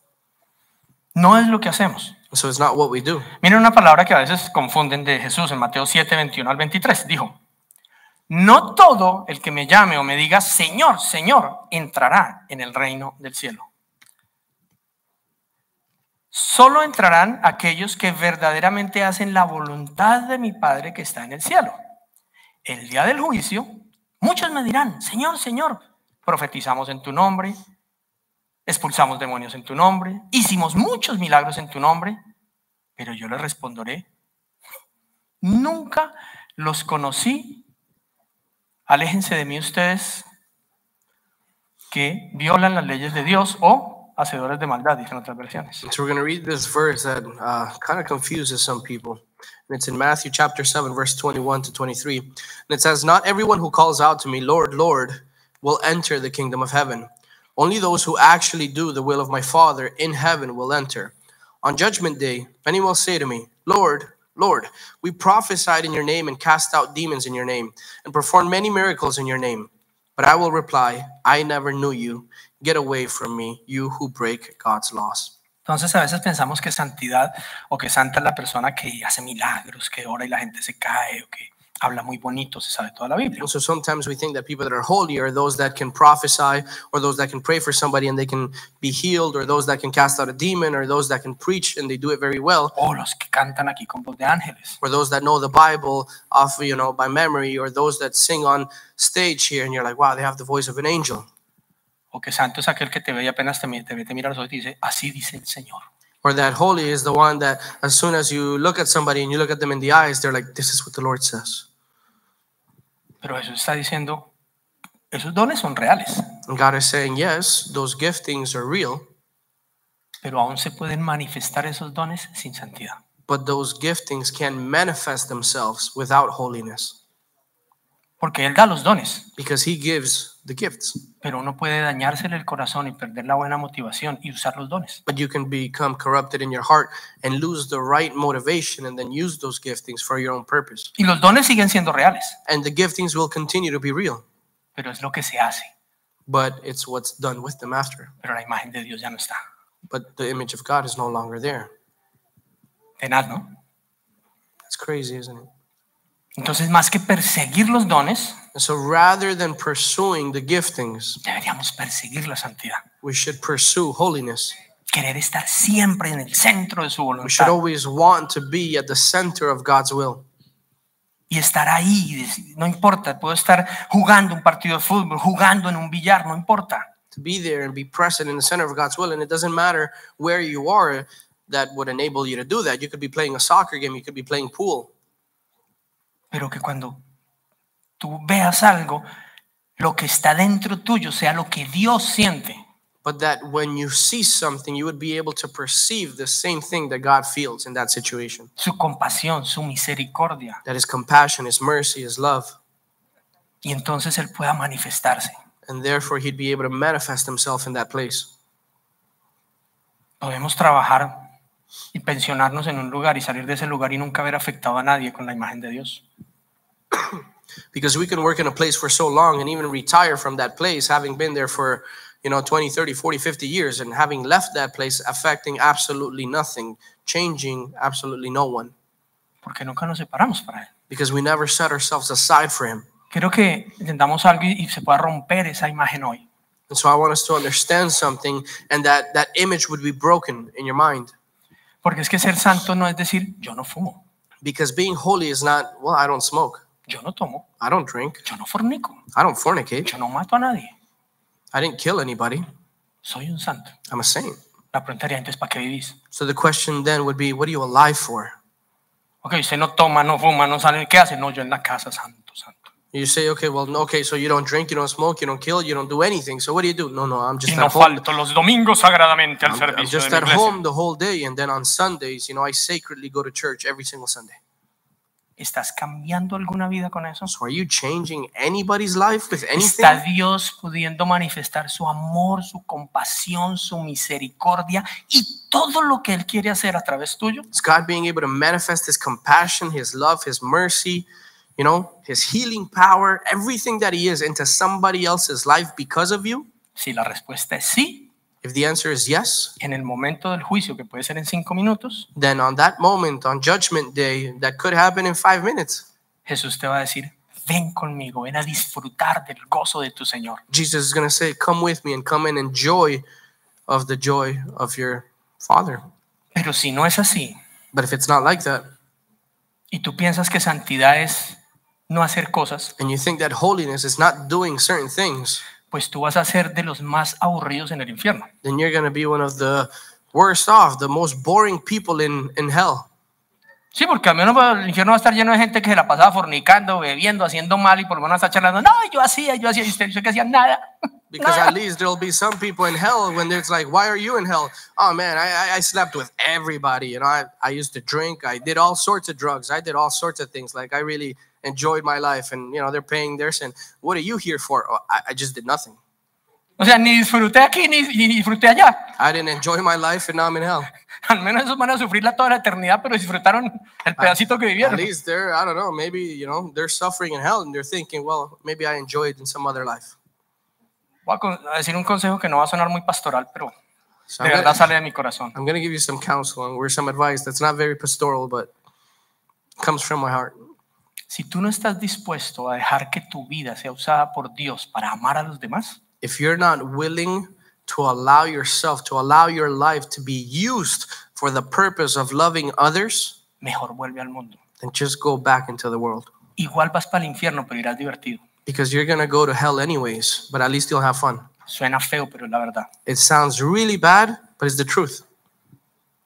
Speaker 2: No es lo que hacemos.
Speaker 3: So it's not what we do.
Speaker 2: Miren una palabra que a veces confunden de Jesús en Mateo 7, 21 al 23. Dijo, no todo el que me llame o me diga, Señor, Señor, entrará en el reino del cielo. Solo entrarán aquellos que verdaderamente hacen la voluntad de mi Padre que está en el cielo. El día del juicio, muchos me dirán, Señor, Señor, profetizamos en tu nombre, expulsamos demonios en tu nombre, hicimos muchos milagros en tu nombre, pero yo les responderé, nunca los conocí, aléjense de mí ustedes que violan las leyes de Dios o hacedores de maldad, dicen otras versiones.
Speaker 3: So we're going to read this verse that uh, kind of confuses some people. And it's in Matthew chapter 7, verse 21 to 23. And it says, Not everyone who calls out to me, Lord, Lord, will enter the kingdom of heaven. Only those who actually do the will of my Father in heaven will enter. On judgment day, many will say to me, Lord, Lord, we prophesied in your name and cast out demons in your name and performed many miracles in your name. But I will reply, I never knew you. Get away from me, you who break God's laws.
Speaker 2: Entonces a veces pensamos que santidad o que santa es la persona que hace milagros, que ora y la gente se cae o que habla muy bonito, se sabe toda la Biblia.
Speaker 3: And so sometimes we think that people that are holy are those that can prophesy or those that can pray for somebody and they can be healed or those that can cast out a demon or those that can preach and they do it very well
Speaker 2: O los que cantan aquí con voz de ángeles.
Speaker 3: or those that know the Bible off, you know, by memory or those that sing on stage here and you're like, wow, they have the voice of an angel.
Speaker 2: O que santo es aquel que te ve y apenas te, mi- te ve, te mira a los ojos y dice, así dice el Señor.
Speaker 3: Or that holy is the one that as soon as you look at somebody and you look at them in the eyes, they're like, this is what the Lord says.
Speaker 2: Pero Jesús está diciendo, esos dones son reales,
Speaker 3: And God is saying, yes, those giftings are real,
Speaker 2: pero aún se pueden manifestar esos dones sin santidad.
Speaker 3: but those giftings can manifest themselves without holiness.
Speaker 2: Porque Él da los dones,
Speaker 3: because he gives the gifts.
Speaker 2: pero uno puede dañársele el corazón y perder la buena motivación y usar los dones.
Speaker 3: But you can become corrupted in your heart and lose the right motivation and then use those giftings for your own purpose.
Speaker 2: Y los dones siguen siendo reales,
Speaker 3: And the giftings will continue to be real,
Speaker 2: pero es lo que se hace.
Speaker 3: but it's what's done with them after.
Speaker 2: Pero la imagen de Dios ya no está.
Speaker 3: But the image of God is no longer there.
Speaker 2: Tenaz, ¿no?
Speaker 3: That's crazy, isn't it?
Speaker 2: Entonces, más que perseguir los dones,
Speaker 3: And so rather than pursuing the giftings,
Speaker 2: deberíamos perseguir la santidad.
Speaker 3: we should pursue holiness.
Speaker 2: Querer estar siempre en el centro de su
Speaker 3: We should
Speaker 2: voluntad
Speaker 3: always want to be at the center of God's will.
Speaker 2: y estar ahí. y decir, No importa, puedo estar jugando un partido de fútbol, jugando en un billar, no importa.
Speaker 3: to be there and be present in the center of God's will. And it doesn't matter where you are that would enable you to do that. You could be playing a soccer game, you could be playing pool.
Speaker 2: Pero que cuando tú veas algo, lo que está dentro tuyo sea lo que Dios siente.
Speaker 3: But that when you see something, you would be able to perceive the same thing that God feels in that situation.
Speaker 2: su compasión, su misericordia,
Speaker 3: That is compassion, His mercy, His love.
Speaker 2: y entonces Él pueda manifestarse.
Speaker 3: And therefore, He'd be able to manifest Himself in that place.
Speaker 2: Podemos trabajar y pensionarnos en un lugar y salir de ese lugar y nunca haber afectado a nadie con la imagen de Dios.
Speaker 3: Because we can work in a place for so long and even retire from that place, having been there for you know 20 30 40 50 years and having left that place affecting absolutely nothing changing absolutely no one
Speaker 2: porque nunca nos separamos para Él.
Speaker 3: because we never set ourselves aside for him.
Speaker 2: Quiero que entendamos algo y, y se pueda romper esa imagen hoy.
Speaker 3: And so I want us to understand something and that that image would be broken in your mind
Speaker 2: Porque es que ser santo no es decir, yo no fumo,
Speaker 3: because being holy is not, well, I don't smoke,
Speaker 2: yo no tomo,
Speaker 3: I don't drink,
Speaker 2: yo no fornico,
Speaker 3: I don't fornicate,
Speaker 2: yo no mato a nadie.
Speaker 3: I didn't kill anybody,
Speaker 2: Soy un santo.
Speaker 3: I'm a saint.
Speaker 2: La pregunta sería, entonces, ¿para qué vivís?
Speaker 3: So the question then would be, what are you alive for?
Speaker 2: Ok, usted no toma, no fuma, no sale, ¿qué hace? No, yo en la casa, santo, santo.
Speaker 3: You say, okay, well, no, okay, so you don't drink, you don't smoke, you don't kill, you don't do anything. So what do you do? No, no, I'm just
Speaker 4: Y
Speaker 3: at
Speaker 4: no
Speaker 3: home.
Speaker 4: falto los domingos sagradamente al
Speaker 3: I'm, I'm
Speaker 4: servicio de
Speaker 3: just
Speaker 4: mi
Speaker 3: at
Speaker 4: iglesia.
Speaker 3: home the whole day, and then on Sundays, you know, I sacredly go to church every single Sunday.
Speaker 2: ¿Estás cambiando alguna vida con eso?
Speaker 3: So are you changing anybody's life with anything?
Speaker 2: ¿Está Dios pudiendo manifestar su amor, su compasión, su misericordia y todo lo que Él quiere hacer a través tuyo?
Speaker 3: Is God being able to manifest His compassion, His love, His mercy, you know, His healing power, everything that He is into somebody else's life because of you?
Speaker 2: Si la respuesta es sí,
Speaker 3: If the answer is yes,
Speaker 2: en el momento del juicio, que puede ser en cinco minutos,
Speaker 3: then on that moment, on Judgment Day, that could happen in five minutes.
Speaker 2: Jesús te va a decir, ven conmigo, ven a disfrutar del gozo de tu Señor.
Speaker 3: Jesus is going to say, Come with me and come and enjoy of the joy of your Father.
Speaker 2: Pero si no es así,
Speaker 3: But if it's not like that,
Speaker 2: y tú piensas que santidad es no hacer cosas,
Speaker 3: and you think that holiness is not doing certain things,
Speaker 2: pues tú vas a ser de los más aburridos en el infierno.
Speaker 3: then you're going to be one of the worst off, the most boring people in, in hell.
Speaker 2: Sí, porque al menos el infierno va a estar lleno de gente que se la pasaba fornicando, bebiendo, haciendo mal y por lo menos está charlando. No, yo hacía, yo hacía, y usted dice que hacía nada.
Speaker 3: Because
Speaker 2: Nada.
Speaker 3: at least there'll be some people in hell when it's like, why are you in hell? Oh man, I, I, I slept with everybody. You know, I, I used to drink. I did all sorts of drugs. I did all sorts of things. Like I really enjoyed my life. And you know, they're paying their sin. What are you here for? Oh, I, I just did nothing.
Speaker 2: O sea, ni disfruté aquí ni, ni disfruté allá.
Speaker 3: I didn't enjoy my life, and now I'm in hell.
Speaker 2: Al menos esos van a sufrirla toda la eternidad, pero disfrutaron el pedacito que
Speaker 3: At
Speaker 2: vivieron.
Speaker 3: least they're, I don't know, maybe you know, they're suffering in hell, and they're thinking, well, maybe I enjoyed in some other life.
Speaker 2: Voy a con- a decir un consejo que no va a sonar muy pastoral, pero
Speaker 3: So
Speaker 2: de
Speaker 3: I'm
Speaker 2: verdad
Speaker 3: gonna,
Speaker 2: sale de mi corazón.
Speaker 3: I'm gonna give you some counsel and or some advice that's not very pastoral, but comes from my heart.
Speaker 2: Si tú no estás dispuesto a dejar que tu vida sea usada por Dios para amar a los demás,
Speaker 3: if you're not willing to allow yourself, to allow your life to be used for the purpose of loving others,
Speaker 2: mejor vuelve al mundo.
Speaker 3: then just go back into the world.
Speaker 2: Igual vas para el infierno, pero irás divertido.
Speaker 3: Because you're going to go to hell anyways, but at least you'll have fun.
Speaker 2: Suena feo, pero es la verdad.
Speaker 3: It sounds really bad, but it's the truth.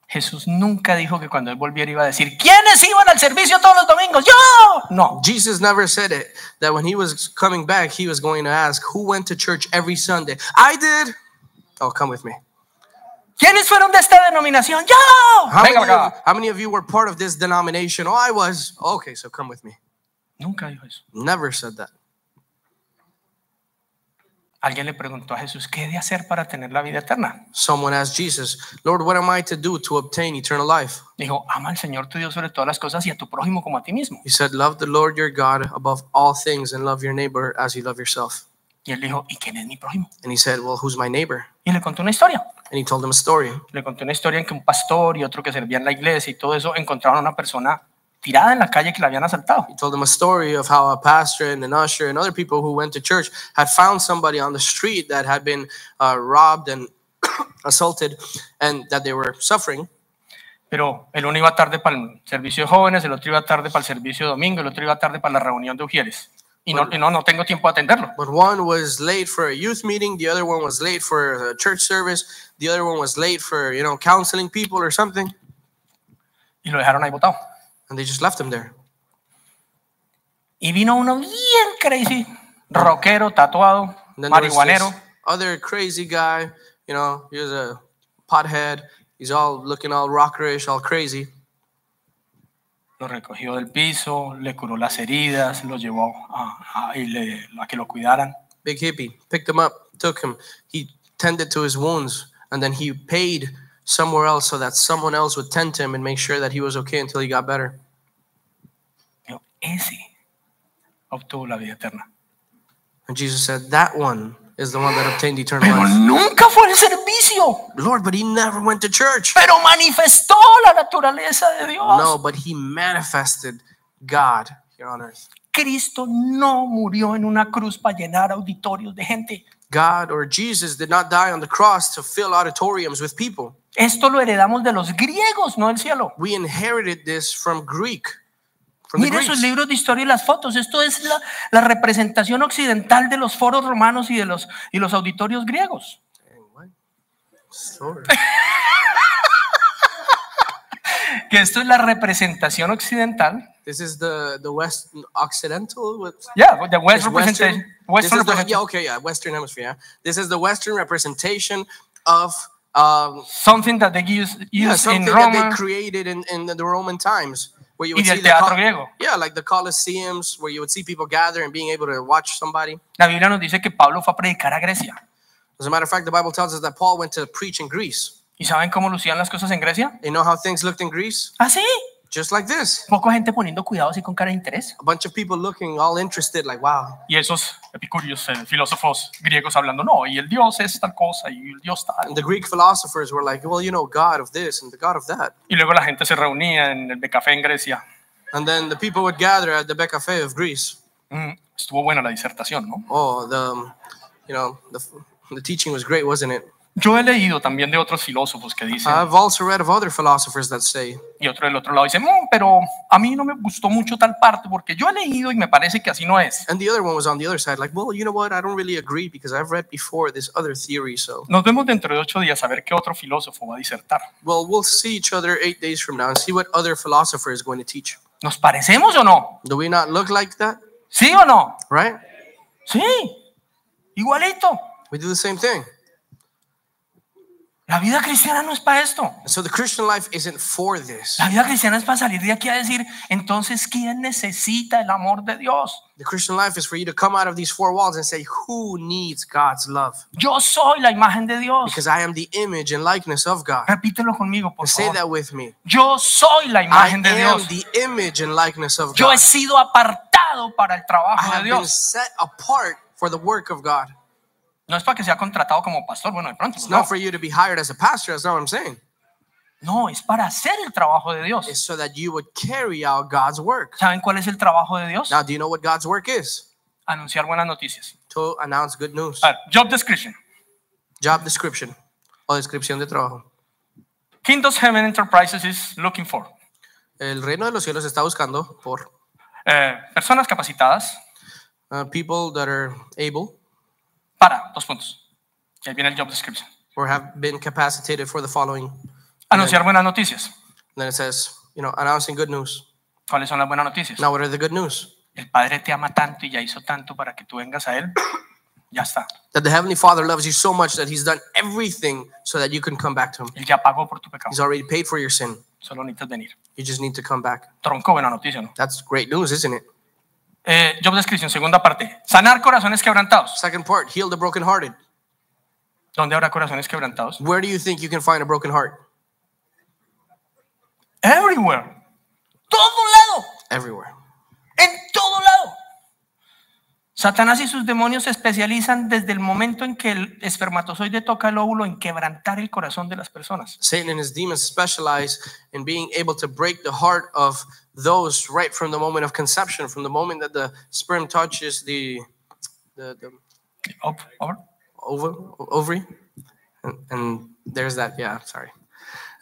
Speaker 2: Jesús nunca dijo que cuando él volviera iba a decir, ¿quiénes iban al servicio todos los domingos? ¡Yo! No,
Speaker 3: Jesus never said it, that when he was coming back, he was going to ask, Who went to church every Sunday? I did. Oh, come with me.
Speaker 2: ¿quiénes fueron de esta denominación? ¡Yo!
Speaker 3: How many,
Speaker 2: Venga
Speaker 3: of,
Speaker 2: para acá.
Speaker 3: how many of you were part of this denomination? Oh, I was. Okay, so come with me.
Speaker 2: Nunca dijo eso.
Speaker 3: Never said that.
Speaker 2: Alguien le preguntó a Jesús, ¿qué he de hacer para tener la vida eterna?
Speaker 3: Someone asked Jesus, Lord, what am I to do to obtain eternal life?
Speaker 2: Dijo, ama al Señor tu Dios sobre todas las cosas y a tu prójimo como a ti mismo.
Speaker 3: He said, Love the Lord your God above all things and love your neighbor as you love yourself.
Speaker 2: Y él dijo, ¿y quién es mi prójimo?
Speaker 3: And he said, Well, who's my neighbor?
Speaker 2: Y le contó una historia.
Speaker 3: And he told him a story.
Speaker 2: Le contó una historia en que un pastor y otro que servía en la iglesia y todo eso encontraron a una persona tirada en la calle que la habían asaltado.
Speaker 3: He told him a story of how a pastor and an usher and other people who went to church had found somebody on the street that had been uh, robbed and assaulted and that they were suffering.
Speaker 2: Pero el uno iba tarde para el servicio de jóvenes, el otro iba tarde para el servicio de domingo, el otro iba tarde para la reunión de Ujieres. Y no, y no, no tengo tiempo de atenderlo.
Speaker 3: But one was late for a youth meeting, the other one was late for a church service, the other one was late for, you know, counseling people or something.
Speaker 2: Y lo dejaron ahí botado.
Speaker 3: And they just left him there.
Speaker 2: Y vino uno bien crazy, rockero, tatuado,
Speaker 3: And then there was
Speaker 2: marihuanero.
Speaker 3: this other crazy guy, you know, he was a pothead. He's all looking all rockerish, all crazy.
Speaker 2: Lo recogió del piso, le curó las heridas, lo llevó a, a- y le- a que lo cuidaran.
Speaker 3: Big hippie. Picked him up, took him. He tended to his wounds, and then he paid somewhere else so that someone else would tend to him and make sure that he was okay until he got better.
Speaker 2: Pero ese obtuvo la vida eterna.
Speaker 3: And Jesus said, That one is the one that obtained eternal
Speaker 2: Pero
Speaker 3: life.
Speaker 2: nunca fue al servicio,
Speaker 3: Lord, but he never went to church.
Speaker 2: pero manifestó la naturaleza de Dios.
Speaker 3: No, but he manifested God here on earth.
Speaker 2: Cristo no murió en una cruz para llenar auditorios de gente.
Speaker 3: God or Jesus did not die on the cross to fill auditoriums with people.
Speaker 2: Esto lo heredamos de los griegos, no del cielo.
Speaker 3: we inherited this from Greek. From the
Speaker 2: Mire sus
Speaker 3: Greeks.
Speaker 2: libros de historia y las fotos. Esto es la, la representación occidental de los foros romanos y de los, y los auditorios griegos.
Speaker 3: Sorry.
Speaker 2: que esto es la representación occidental.
Speaker 3: This is the the West Occidental. What?
Speaker 2: Yeah, the West
Speaker 3: It's
Speaker 2: representation.
Speaker 3: This
Speaker 2: Western
Speaker 3: is the, yeah,
Speaker 2: representation.
Speaker 3: okay, yeah, Western Hemisphere. yeah. This is the Western representation of um,
Speaker 2: Something that they use,
Speaker 3: yeah,
Speaker 2: use in
Speaker 3: something that
Speaker 2: Roma
Speaker 3: they created in, in the Roman times, where you
Speaker 2: y
Speaker 3: would see
Speaker 2: del
Speaker 3: the
Speaker 2: teatro
Speaker 3: col-
Speaker 2: griego.
Speaker 3: yeah, like the Colosseums, where you would see people gather and being able to watch somebody.
Speaker 2: La Biblia nos dice que Pablo fue a predicar a Grecia.
Speaker 3: As a matter of fact, the Bible tells us that Paul went to preach in Greece.
Speaker 2: ¿Y saben cómo lucían las cosas en Grecia?
Speaker 3: You know how things looked in Greece?
Speaker 2: Así.
Speaker 3: Just like this.
Speaker 2: Poca gente poniendo cuidado así con cara de interés.
Speaker 3: A bunch of people looking all interested, like, wow.
Speaker 4: Y esos epicúreos, eh, filósofos griegos hablando, no, y el Dios es tal cosa, y el Dios tal.
Speaker 3: And the Greek philosophers were like, well, you know, God of this and the God of that.
Speaker 4: Y luego la gente se reunía en el Becafé en Grecia.
Speaker 3: And then the people would gather at the Becafe of Greece.
Speaker 4: Mm, estuvo buena la disertación, ¿no?
Speaker 3: Oh, the, um, you know, the, the teaching was great, wasn't it?
Speaker 4: Yo he leído también de otros filósofos que dicen,
Speaker 3: I've also read of other philosophers that say,
Speaker 4: y otro del otro lado dice, "Mm, pero a mí no me gustó mucho tal parte porque yo he leído y me parece que así no es.
Speaker 3: and the other one was on the other side, like, well, you know what? I don't really agree because I've read before this other theory. So,
Speaker 4: Nos vemos dentro de ocho días a ver qué otro filósofo va a disertar.
Speaker 3: well, we'll see each other eight days from now and see what other philosopher is going to teach.
Speaker 2: ¿Nos parecemos o no?
Speaker 3: Do we not look like that?
Speaker 2: ¿Sí o no?
Speaker 3: Right?
Speaker 2: Sí. Igualito.
Speaker 3: We do the same thing.
Speaker 2: La vida cristiana no es para esto.
Speaker 3: And so the Christian life isn't for this.
Speaker 2: La vida cristiana es para salir de aquí a decir, entonces, ¿quién necesita el amor de Dios?
Speaker 3: The Christian life is for you to come out of these four walls and say, who needs God's love?
Speaker 2: Yo soy la imagen de Dios.
Speaker 3: Because I am the image and likeness of God.
Speaker 2: Repítelo conmigo, por
Speaker 3: Say
Speaker 2: favor.
Speaker 3: that with me.
Speaker 2: Yo soy la
Speaker 3: I
Speaker 2: imagen
Speaker 3: am
Speaker 2: de Dios.
Speaker 3: the image and likeness of
Speaker 2: Yo
Speaker 3: God.
Speaker 2: he sido apartado para el
Speaker 3: I
Speaker 2: trabajo de
Speaker 3: have been
Speaker 2: Dios.
Speaker 3: set apart for the work of God.
Speaker 2: No es para que sea contratado como pastor, bueno, de pronto.
Speaker 3: It's
Speaker 2: No,
Speaker 3: not for you to be hired as a pastor. That's not what I'm saying.
Speaker 2: no es para hacer el trabajo de Dios.
Speaker 3: It's so that you would carry out God's work.
Speaker 2: ¿Saben cuál es el trabajo de Dios?
Speaker 3: Now, do you know what God's work is?
Speaker 2: Anunciar buenas noticias.
Speaker 3: To announce good news.
Speaker 4: A ver, job description.
Speaker 3: Job description. O descripción de trabajo.
Speaker 4: Kingdoms Heaven Enterprises is looking for
Speaker 3: El reino de los cielos está buscando por
Speaker 4: eh, personas capacitadas
Speaker 3: uh, people that are able
Speaker 4: para, dos puntos. Y ahí viene el job description.
Speaker 3: or have been capacitated for the following. And
Speaker 4: Anunciar buenas noticias.
Speaker 3: then it says, you know, announcing good news.
Speaker 4: ¿Cuáles son las buenas noticias?
Speaker 3: Now, what are the good news?
Speaker 4: El Padre te ama tanto y ya hizo tanto para que tú vengas a Él. Ya está.
Speaker 3: That the Heavenly Father loves you so much that He's done everything so that you can come back to Him.
Speaker 4: Él ya pagó por tu pecado.
Speaker 3: He's already paid for your sin.
Speaker 4: Solo necesitas venir.
Speaker 3: You just need to come back.
Speaker 4: Tronco, buena noticia, ¿no?
Speaker 3: That's great news, isn't it?
Speaker 4: Eh, job description, segunda parte. Sanar corazones quebrantados.
Speaker 3: Second part, heal the brokenhearted.
Speaker 4: ¿Dónde habrá corazones quebrantados?
Speaker 3: Where do you think you can find a broken heart?
Speaker 4: Everywhere.
Speaker 2: Todo lado.
Speaker 3: Everywhere.
Speaker 2: En todo lado. Satanás y sus demonios se especializan desde el momento en que el espermatozoide toca el óvulo en quebrantar el corazón de las personas.
Speaker 3: Satan and his demons specialize in being able to break the heart of those right from the moment of conception, from the moment that the sperm touches the the, the
Speaker 4: Op- op-
Speaker 3: ova, ovary. And, and there's that, yeah, sorry.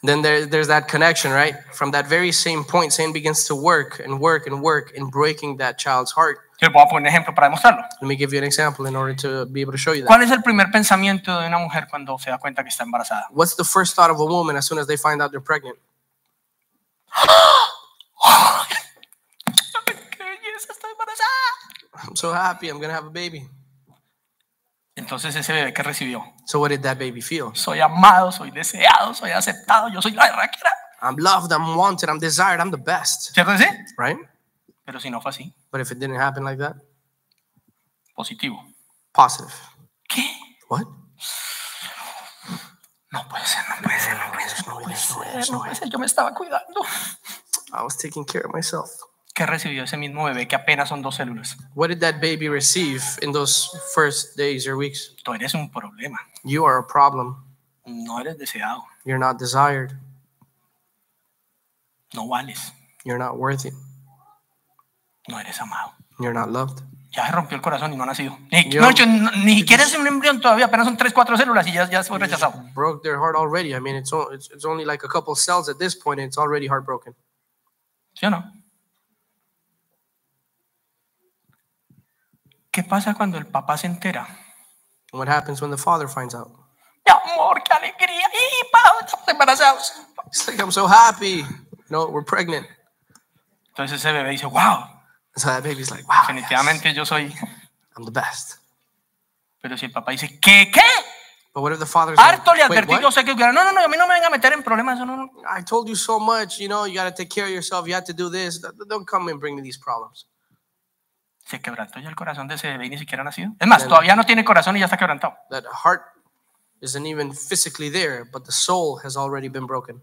Speaker 3: Then there, there's that connection, right? From that very same point, Satan begins to work and work and work in breaking that child's heart.
Speaker 4: Les voy a poner un ejemplo para demostrarlo.
Speaker 3: Let me give you an example in order to be able to show you that.
Speaker 2: ¿Cuál es el primer pensamiento de una mujer cuando se da cuenta que está embarazada?
Speaker 3: What's the first thought of a woman as soon as they find out they're pregnant?
Speaker 2: ¡Qué belleza, estoy embarazada!
Speaker 3: I'm so happy, I'm gonna have a baby.
Speaker 2: Entonces ese bebé que recibió,
Speaker 3: So what did that baby feel?
Speaker 2: soy amado, soy deseado, soy aceptado, yo soy la raquera.
Speaker 3: I'm loved, I'm wanted, I'm desired, I'm the best,
Speaker 4: ¿Cierto que sí?
Speaker 3: right?
Speaker 4: Pero si no fue así,
Speaker 3: But if it didn't happen like that,
Speaker 4: positivo.
Speaker 3: positive.
Speaker 2: ¿Qué?
Speaker 3: What?
Speaker 2: No puede ser, no puede ser, no puede ser,
Speaker 3: No, there's no way,
Speaker 2: no
Speaker 3: there's no way.
Speaker 2: puede ser, yo me estaba cuidando.
Speaker 3: I was taking care of myself.
Speaker 2: ¿Qué recibió ese mismo bebé que apenas son dos células?
Speaker 3: What did that baby receive in those first days or weeks?
Speaker 2: Tú eres un problema,
Speaker 3: You are a problem.
Speaker 2: no eres deseado,
Speaker 3: You're not desired.
Speaker 2: no vales,
Speaker 3: You're not worthy.
Speaker 2: no eres amado.
Speaker 3: You're not loved.
Speaker 2: Ya se rompió el corazón y no ha nacido. Ni,
Speaker 3: Yo-
Speaker 2: no, yo- no- ni siquiera es un embrión todavía, apenas son tres, cuatro células y ya, ya fue rechazado.
Speaker 3: Broke their heart already. I mean, it's, o- it's, it's only like a couple cells at this point, and it's already heartbroken.
Speaker 2: ¿Sí o no? ¿Qué pasa cuando el papá se entera?
Speaker 3: And what happens when the father finds out?
Speaker 2: ¡Mi amor, qué alegría! ¡Y pa, estamos embarazados!
Speaker 3: It's like, I'm so happy. No, we're pregnant.
Speaker 2: Entonces ese bebé dice, wow,
Speaker 3: So that baby's like, wow, yes,
Speaker 2: definitivamente yo soy.
Speaker 3: I'm the best.
Speaker 2: Pero si el papá dice, ¿qué? ¿Qué?
Speaker 3: But what if the father's like,
Speaker 2: Harto le
Speaker 3: "Wait,
Speaker 2: advertí,
Speaker 3: what?
Speaker 2: yo sé que no, no, no, a mí no me venga a meter en problemas, eso no, no.
Speaker 3: I told you so much, you know, you got to take care of yourself, you have to do this. Th- th- Don't come and bring me these problems.
Speaker 2: Se quebrantó ya el corazón de ese bebé y ni siquiera nacido. Es más, todavía no tiene corazón y ya está quebrantado.
Speaker 3: That heart isn't even physically there, but the soul has already been broken.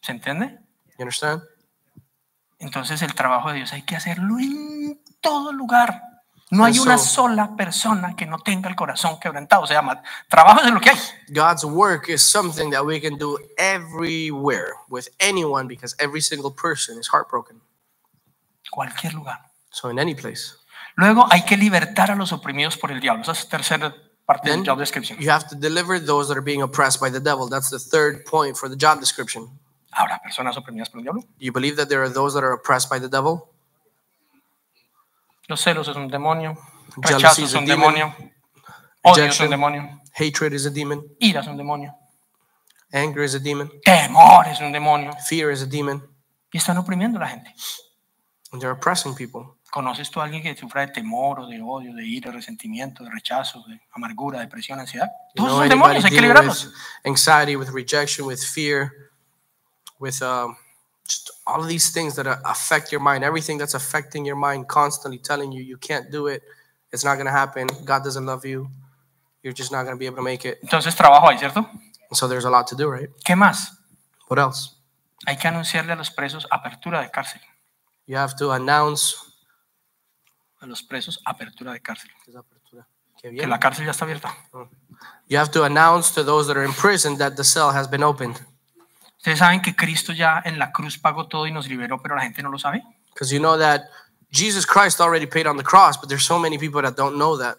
Speaker 2: ¿Se entiende?
Speaker 3: You understand?
Speaker 2: Entonces el trabajo de Dios hay que hacerlo en todo lugar. No hay una
Speaker 3: Eso.
Speaker 2: sola persona que no tenga el corazón quebrantado. O sea, ma- trabajo es lo que hay.
Speaker 3: God's work is something that we can do everywhere with anyone because every single person is heartbroken.
Speaker 2: Cualquier lugar.
Speaker 3: So in any place,
Speaker 2: Luego hay que libertar a los oprimidos por el diablo. Esa es la tercera parte
Speaker 3: Bien.
Speaker 2: del job description.
Speaker 3: you have to deliver those that are being oppressed by the devil. That's the third point for the job description.
Speaker 2: ¿Habrá personas oprimidas por el diablo?
Speaker 3: Do you believe that there are those that are oppressed by the devil?
Speaker 2: Los celos es un demonio.
Speaker 3: Jealousy
Speaker 2: Rechazo
Speaker 3: is
Speaker 2: es
Speaker 3: a
Speaker 2: un
Speaker 3: demon.
Speaker 2: demonio. Odio es
Speaker 3: Rejection.
Speaker 2: un demonio.
Speaker 3: Hatred is a demon.
Speaker 2: Ira es un demonio.
Speaker 3: Anger is a demon.
Speaker 2: Temor es un demonio.
Speaker 3: Fear is a demon.
Speaker 2: Y están oprimiendo a la gente.
Speaker 3: And they're oppressing people.
Speaker 2: ¿Conoces tú a alguien que sufra de temor o de odio, de ira, de resentimiento, de rechazo, de amargura, depresión, ansiedad?
Speaker 3: You
Speaker 2: Todos
Speaker 3: know
Speaker 2: son
Speaker 3: anybody
Speaker 2: demonios, hay que
Speaker 3: dealing
Speaker 2: librarlos.
Speaker 3: with anxiety, with rejection, with fear, with um, just all of these things that uh, affect your mind. Everything that's affecting your mind, constantly telling you you can't do it. It's not gonna happen. God doesn't love you. You're just not gonna be able to make it.
Speaker 2: Entonces trabajo ahí, ¿cierto?
Speaker 3: And so there's a lot to do, right?
Speaker 2: ¿Qué más?
Speaker 3: What else?
Speaker 2: Hay que anunciarle a los presos apertura de cárcel.
Speaker 3: You have to announce.
Speaker 2: A los presos apertura de cárcel.
Speaker 3: Que
Speaker 2: Que
Speaker 3: viene.
Speaker 2: la cárcel ya está abierta.
Speaker 3: You have to announce to those that are in prison that the cell has been opened.
Speaker 2: Ustedes saben que Cristo ya en la cruz pagó todo y nos liberó, pero la gente no lo sabe.
Speaker 3: Because you know that Jesus Christ already paid on the cross, but there's so many people that don't know that.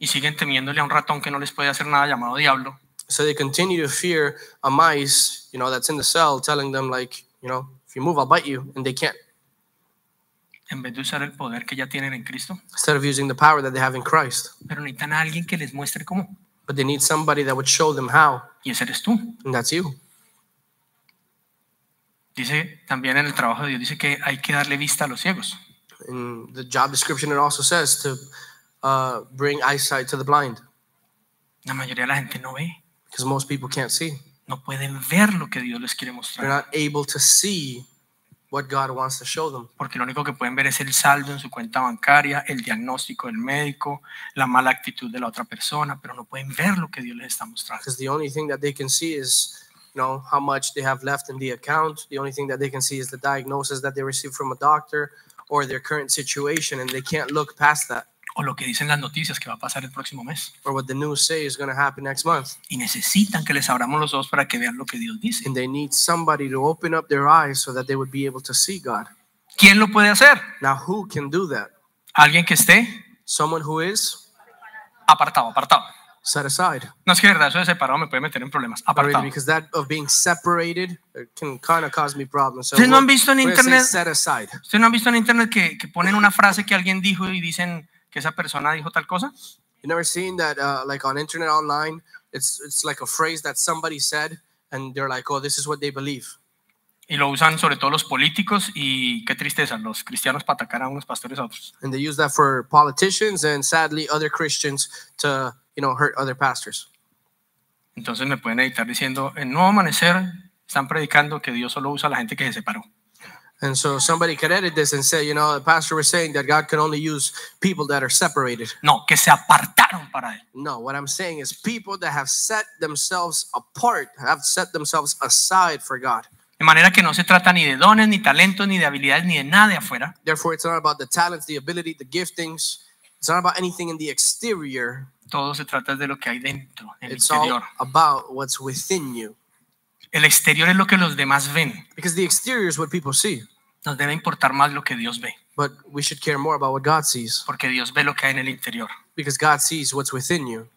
Speaker 2: Y siguen temiéndole a un ratón que no les puede hacer nada llamado diablo.
Speaker 3: So they continue to fear a mice, you know, that's in the cell, telling them, like, you know, if you move, I'll bite you. And they can't.
Speaker 2: En vez de usar el poder que ya tienen en Cristo.
Speaker 3: Instead of using the power that they have in Christ.
Speaker 2: Pero necesitan a alguien que les muestre cómo.
Speaker 3: But they need somebody that would show them how.
Speaker 2: Y ese eres tú.
Speaker 3: And that's you.
Speaker 2: Dice también en el trabajo de Dios, dice que hay que darle vista a los ciegos.
Speaker 3: In the job description, it also says to uh, bring eyesight to the blind.
Speaker 2: La mayoría de la gente no ve,
Speaker 3: Because most people can't see.
Speaker 2: no pueden ver lo que Dios les quiere
Speaker 3: They're
Speaker 2: mostrar,
Speaker 3: not able to see what God wants to show them.
Speaker 2: porque lo único que pueden ver es el saldo en su cuenta bancaria, el diagnóstico del médico, la mala actitud de la otra persona, pero no pueden ver lo que Dios les está mostrando.
Speaker 3: because the only thing that they can see is you know how much they have left in the account the only thing that they can see is the diagnosis that they received from a doctor or their current situation and they can't look past that
Speaker 2: O lo que dicen las noticias que va a pasar el próximo mes.
Speaker 3: or what the news say is going to happen next month
Speaker 2: Y necesitan que les abramos los ojos para que vean lo que Dios dice.
Speaker 3: and they need somebody to open up their eyes so that they would be able to see god
Speaker 2: ¿Quién lo puede hacer?
Speaker 3: now who can do that
Speaker 2: Alguien que esté
Speaker 3: someone who is
Speaker 2: apartado, apartado.
Speaker 3: set aside
Speaker 2: No es que de verdad eso de separado me puede meter en problemas.
Speaker 3: Not really,
Speaker 2: Apartado.
Speaker 3: because that of being separated it can kind of cause me problems so
Speaker 2: Ustedes no han
Speaker 3: we'll-
Speaker 2: visto en
Speaker 3: we'll say
Speaker 2: internet-
Speaker 3: set aside
Speaker 2: ¿Ustedes no han visto en internet que, que ponen una frase que alguien dijo y dicen que esa persona dijo tal cosa?
Speaker 3: You never seen that uh, like on internet online? It's it's like a phrase that somebody said and they're like, oh, this is what they believe.
Speaker 2: Y lo usan sobre todo los políticos y qué tristeza, los cristianos para atacar a unos pastores a otros.
Speaker 3: And they use that for politicians and sadly other Christians to, you know, hurt other pastors.
Speaker 2: Entonces me pueden editar diciendo, en Nuevo Amanecer están predicando que Dios solo usa a la gente que se separó.
Speaker 3: And so somebody could edit this and say, you know, the pastor was saying that God can only use people that are separated.
Speaker 2: No, que se apartaron para Él.
Speaker 3: No, what I'm saying is people that have set themselves apart, have set themselves aside for God.
Speaker 2: De manera que no se trata ni de dones, ni talentos, ni de habilidades, ni de nada de afuera,
Speaker 3: Therefore, it's not about the talents, the ability, the giftings. It's not about anything in the exterior.
Speaker 2: todo se trata de lo que hay dentro, el
Speaker 3: It's all
Speaker 2: interior.
Speaker 3: about what's within you.
Speaker 2: El exterior es lo que los demás ven.
Speaker 3: Because the exterior is what people see,
Speaker 2: Nos debe importar más lo que Dios ve,
Speaker 3: but we should care more about what God sees
Speaker 2: porque Dios ve lo que hay en el interior.
Speaker 3: because God sees what's within you.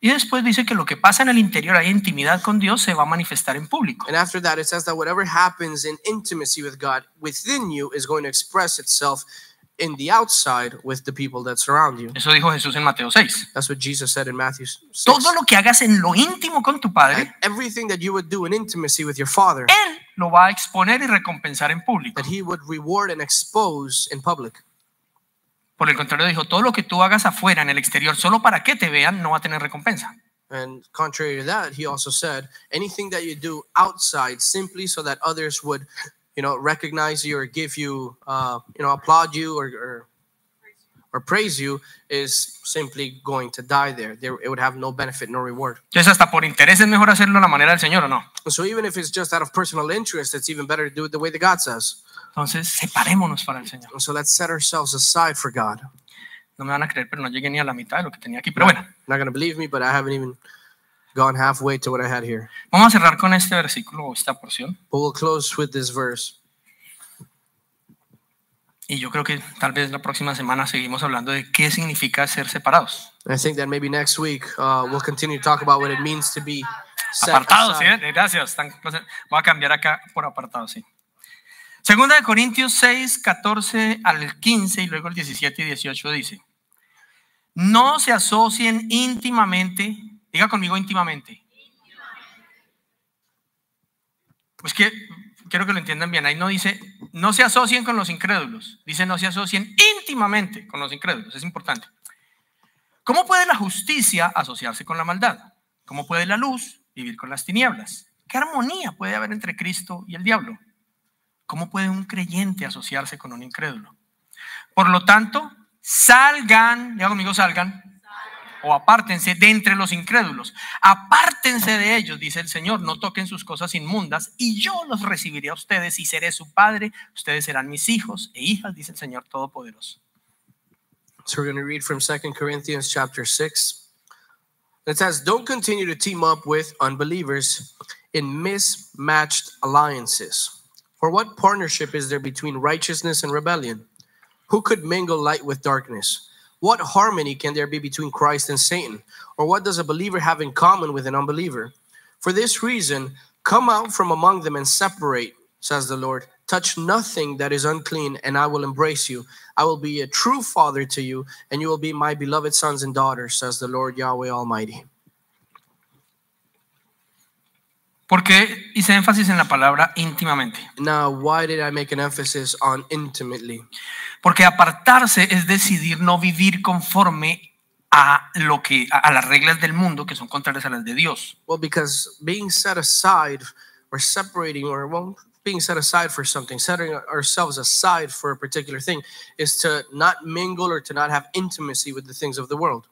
Speaker 2: Y después dice que lo que pasa en el interior, hay intimidad con Dios, se va a manifestar en público.
Speaker 3: And after that, it says that whatever happens in intimacy with God within you is going to express itself in the outside with the people that surround you.
Speaker 2: Eso dijo Jesús en Mateo 6.
Speaker 3: That's what Jesus said in Matthew 6.
Speaker 2: Todo lo que hagas en lo íntimo con tu
Speaker 3: And
Speaker 2: padre,
Speaker 3: everything that you would do in intimacy with your Father,
Speaker 2: él lo va a exponer y recompensar en público.
Speaker 3: that He would reward and expose in public.
Speaker 2: Por el contrario, dijo, todo lo que tú hagas afuera, en el exterior, solo para que te vean, no va a tener recompensa.
Speaker 3: And contrary to that, He also said, anything that you do outside simply so that others would, you know, recognize you or give you, uh, you know, applaud you or, or or praise you is simply going to die there. There, it would have no benefit, no reward.
Speaker 2: Entonces, hasta por interés es mejor hacerlo a la manera del Señor o no.
Speaker 3: And so even if it's just out of personal interest, it's even better to do it the way that God says.
Speaker 2: Entonces, separémonos para el Señor.
Speaker 3: And so let's set ourselves aside for God.
Speaker 2: No me van a creer, pero no llegué ni a la mitad de lo que tenía aquí. Pero bueno,
Speaker 3: Not gonna believe me, but I haven't even gone halfway to what I had here.
Speaker 2: vamos a cerrar con este versículo o esta porción.
Speaker 3: But we'll close with this verse.
Speaker 2: Y yo creo que tal vez la próxima semana seguimos hablando de qué significa ser separados.
Speaker 3: And I think that maybe next week uh, we'll continue to talk about what it means to be set
Speaker 2: Apartados, ¿sí?
Speaker 3: aside.
Speaker 2: ven? Gracias. tan- Voy a cambiar acá por apartados, sí. Segunda de Corintios 6, 14 al 15 y luego el 17 y 18 dice, no se asocien íntimamente, diga conmigo íntimamente. Pues que quiero que lo entiendan bien, ahí no dice, no se asocien con los incrédulos, dice no se asocien íntimamente con los incrédulos, es importante. ¿Cómo puede la justicia asociarse con la maldad? ¿Cómo puede la luz vivir con las tinieblas? ¿Qué armonía puede haber entre Cristo y el diablo? ¿Cómo puede un creyente asociarse con un incrédulo? Por lo tanto, salgan, ya conmigo salgan, o apártense de entre los incrédulos. Apártense de ellos, dice el Señor, no toquen sus cosas inmundas y yo los recibiré a ustedes y seré su padre, ustedes serán mis hijos e hijas, dice el Señor Todopoderoso.
Speaker 3: So we're going to read from 2 Corinthians chapter 6. It says, Don't continue to team up with unbelievers in mismatched alliances. For what partnership is there between righteousness and rebellion? Who could mingle light with darkness? What harmony can there be between Christ and Satan? Or what does a believer have in common with an unbeliever? For this reason, come out from among them and separate, says the Lord. Touch nothing that is unclean, and I will embrace you. I will be a true father to you, and you will be my beloved sons and daughters, says the Lord Yahweh Almighty.
Speaker 2: ¿Por qué hice énfasis en la palabra íntimamente?
Speaker 3: Now, why did I make an emphasis on intimately?
Speaker 2: Porque apartarse es decidir no vivir conforme a lo que a, a las reglas del mundo que son contrarias a las de Dios.
Speaker 3: Well, because being set aside or separating or well, being set aside for something, setting ourselves aside for a particular thing is to not mingle or to not have intimacy with the things of the world.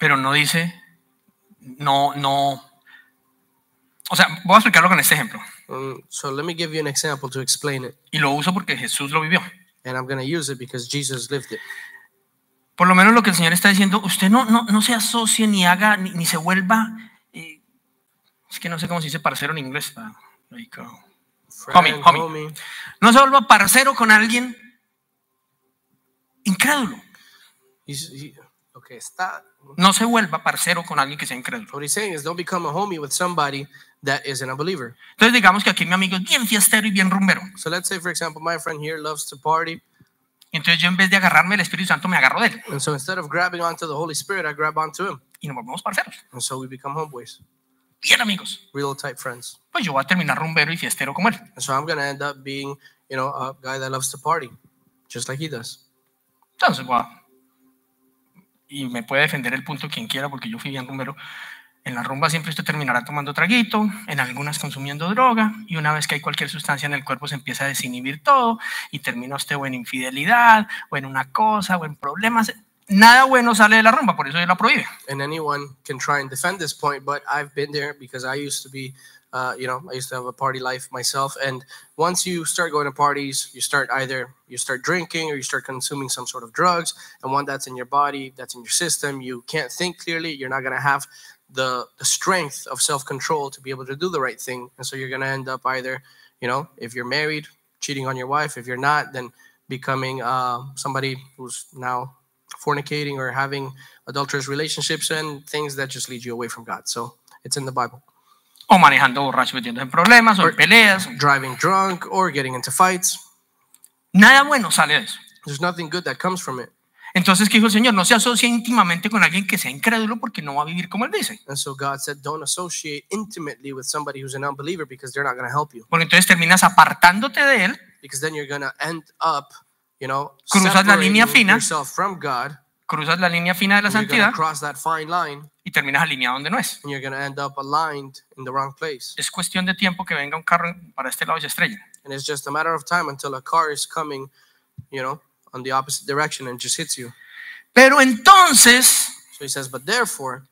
Speaker 2: Pero no dice no no o sea, voy a explicarlo con este ejemplo
Speaker 3: Um, so let me give you an example to explain it,
Speaker 2: y lo uso porque Jesús lo vivió.
Speaker 3: and I'm going to use it because Jesus lived it.
Speaker 2: Por lo menos lo que el Señor está diciendo, usted no no, no se asocie ni haga ni, ni se vuelva eh, es que no sé cómo se dice parcero en inglés. ah, like, ah, Homie, homie.
Speaker 3: homie.
Speaker 2: no se vuelva parcero con alguien incrédulo.
Speaker 3: He's, he, okay, stop.
Speaker 2: No se vuelva parcero con alguien que sea incrédulo.
Speaker 3: What he's saying is don't become a homie with somebody that is an unbeliever.
Speaker 2: Entonces digamos que aquí mi amigo es bien fiestero y bien rumbero.
Speaker 3: So let's say, for example, my friend here loves to party.
Speaker 2: Entonces yo en vez de agarrarme del Espíritu Santo me agarro de él
Speaker 3: And so instead of grabbing onto the Holy Spirit, I grab onto him.
Speaker 2: y nos volvemos parceros.
Speaker 3: And so we become homeboys,
Speaker 2: Bien amigos.
Speaker 3: real tight friends.
Speaker 2: Pues yo voy a terminar rumbero y fiestero como él.
Speaker 3: And so I'm going to end up being, you know, a guy that loves to party, just like he does.
Speaker 2: Entonces voy a... Y me puede defender el punto quien quiera porque yo fui bien rumbero. En la rumba siempre usted terminará tomando traguito, en algunas consumiendo droga, y una vez que hay cualquier sustancia en el cuerpo se empieza a desinhibir todo y termina usted o en infidelidad, o en una cosa, o en problemas. Nada bueno sale de la rumba, por eso yo la prohíbe.
Speaker 3: And anyone can try and defend this point, but I've been there because I used to be, uh, you know, I used to have a party life myself. And once you start going to parties, you start either you start drinking or you start consuming some sort of drugs. And when that's in your body, that's in your system, you can't think clearly. You're not going to have the, the strength of self control to be able to do the right thing. And so you're going to end up either, you know, if you're married, cheating on your wife. If you're not, then becoming uh, somebody who's now fornicating or having adulterous relationships and things that just lead you away from God. So it's in the Bible.
Speaker 2: O manejando borracho, metiéndose en problemas, o en peleas.
Speaker 3: Driving drunk or getting into fights,
Speaker 2: Nada bueno sale de eso.
Speaker 3: There's nothing good that comes from it.
Speaker 2: Entonces, ¿qué dijo el Señor? No se asocia íntimamente con alguien que sea incrédulo porque no va a vivir como Él dice.
Speaker 3: And so God said, don't associate intimately with somebody who's an unbeliever because they're not going to help you.
Speaker 2: Porque entonces terminas apartándote de Él,
Speaker 3: Because then you're going to end up, you know,
Speaker 2: Cruzas la línea
Speaker 3: separating
Speaker 2: fina.
Speaker 3: yourself from God.
Speaker 2: cruzas la línea fina de la
Speaker 3: and You're going
Speaker 2: santidad
Speaker 3: to cross that fine line
Speaker 2: y terminas alineado donde no es.
Speaker 3: and you're going to end up aligned in the wrong place.
Speaker 2: Es cuestión de tiempo que venga un carro para este lado y se estrella.
Speaker 3: And it's just a matter of time until a car is coming, you know, on the opposite direction and just hits you.
Speaker 2: Pero entonces,
Speaker 3: So he says, but therefore,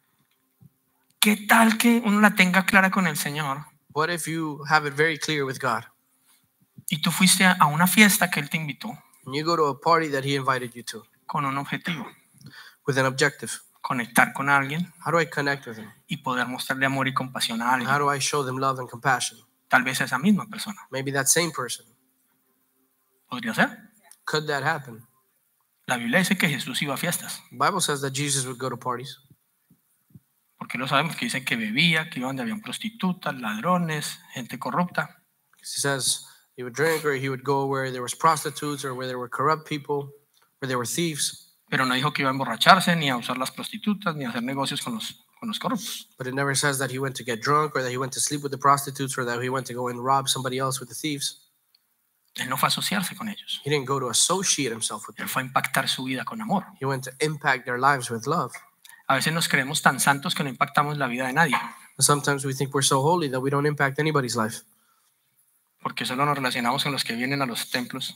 Speaker 2: ¿qué tal que uno la tenga clara con el Señor?
Speaker 3: what if you have it very clear with God
Speaker 2: Y tú fuiste a una fiesta que Él te invitó
Speaker 3: and you go to a party that he invited you to
Speaker 2: con un objetivo,
Speaker 3: with an objective?
Speaker 2: conectar con alguien
Speaker 3: How do I connect with him?
Speaker 2: y poder mostrarle amor y compasión a alguien,
Speaker 3: How do I show them love and compassion?
Speaker 2: tal vez a esa misma persona.
Speaker 3: Maybe that same person.
Speaker 2: ¿Podría ser?
Speaker 3: Could that happen?
Speaker 2: La Biblia dice que Jesús iba a fiestas,
Speaker 3: Bible says that Jesus would go to parties.
Speaker 2: porque lo sabemos que dice que bebía, que iba donde habían prostitutas, ladrones, gente corrupta.
Speaker 3: He says he would drink or he would go where there was prostitutes or where there were corrupt people, where there were thieves.
Speaker 2: Pero no dijo que iba a emborracharse, ni a usar las prostitutas, ni a hacer negocios con los, con los corruptos.
Speaker 3: But it never says that he went to get drunk or that he went to sleep with the prostitutes or that he went to go and rob somebody else with the thieves.
Speaker 2: Él no fue a asociarse con ellos.
Speaker 3: He didn't go to associate himself with them.
Speaker 2: Él fue a impactar su vida con amor.
Speaker 3: He went to impact their lives with love.
Speaker 2: A veces nos creemos tan santos que no impactamos la vida de nadie,
Speaker 3: And sometimes we think we're so holy that we don't impact anybody's life
Speaker 2: porque solo nos relacionamos con los que vienen a los templos,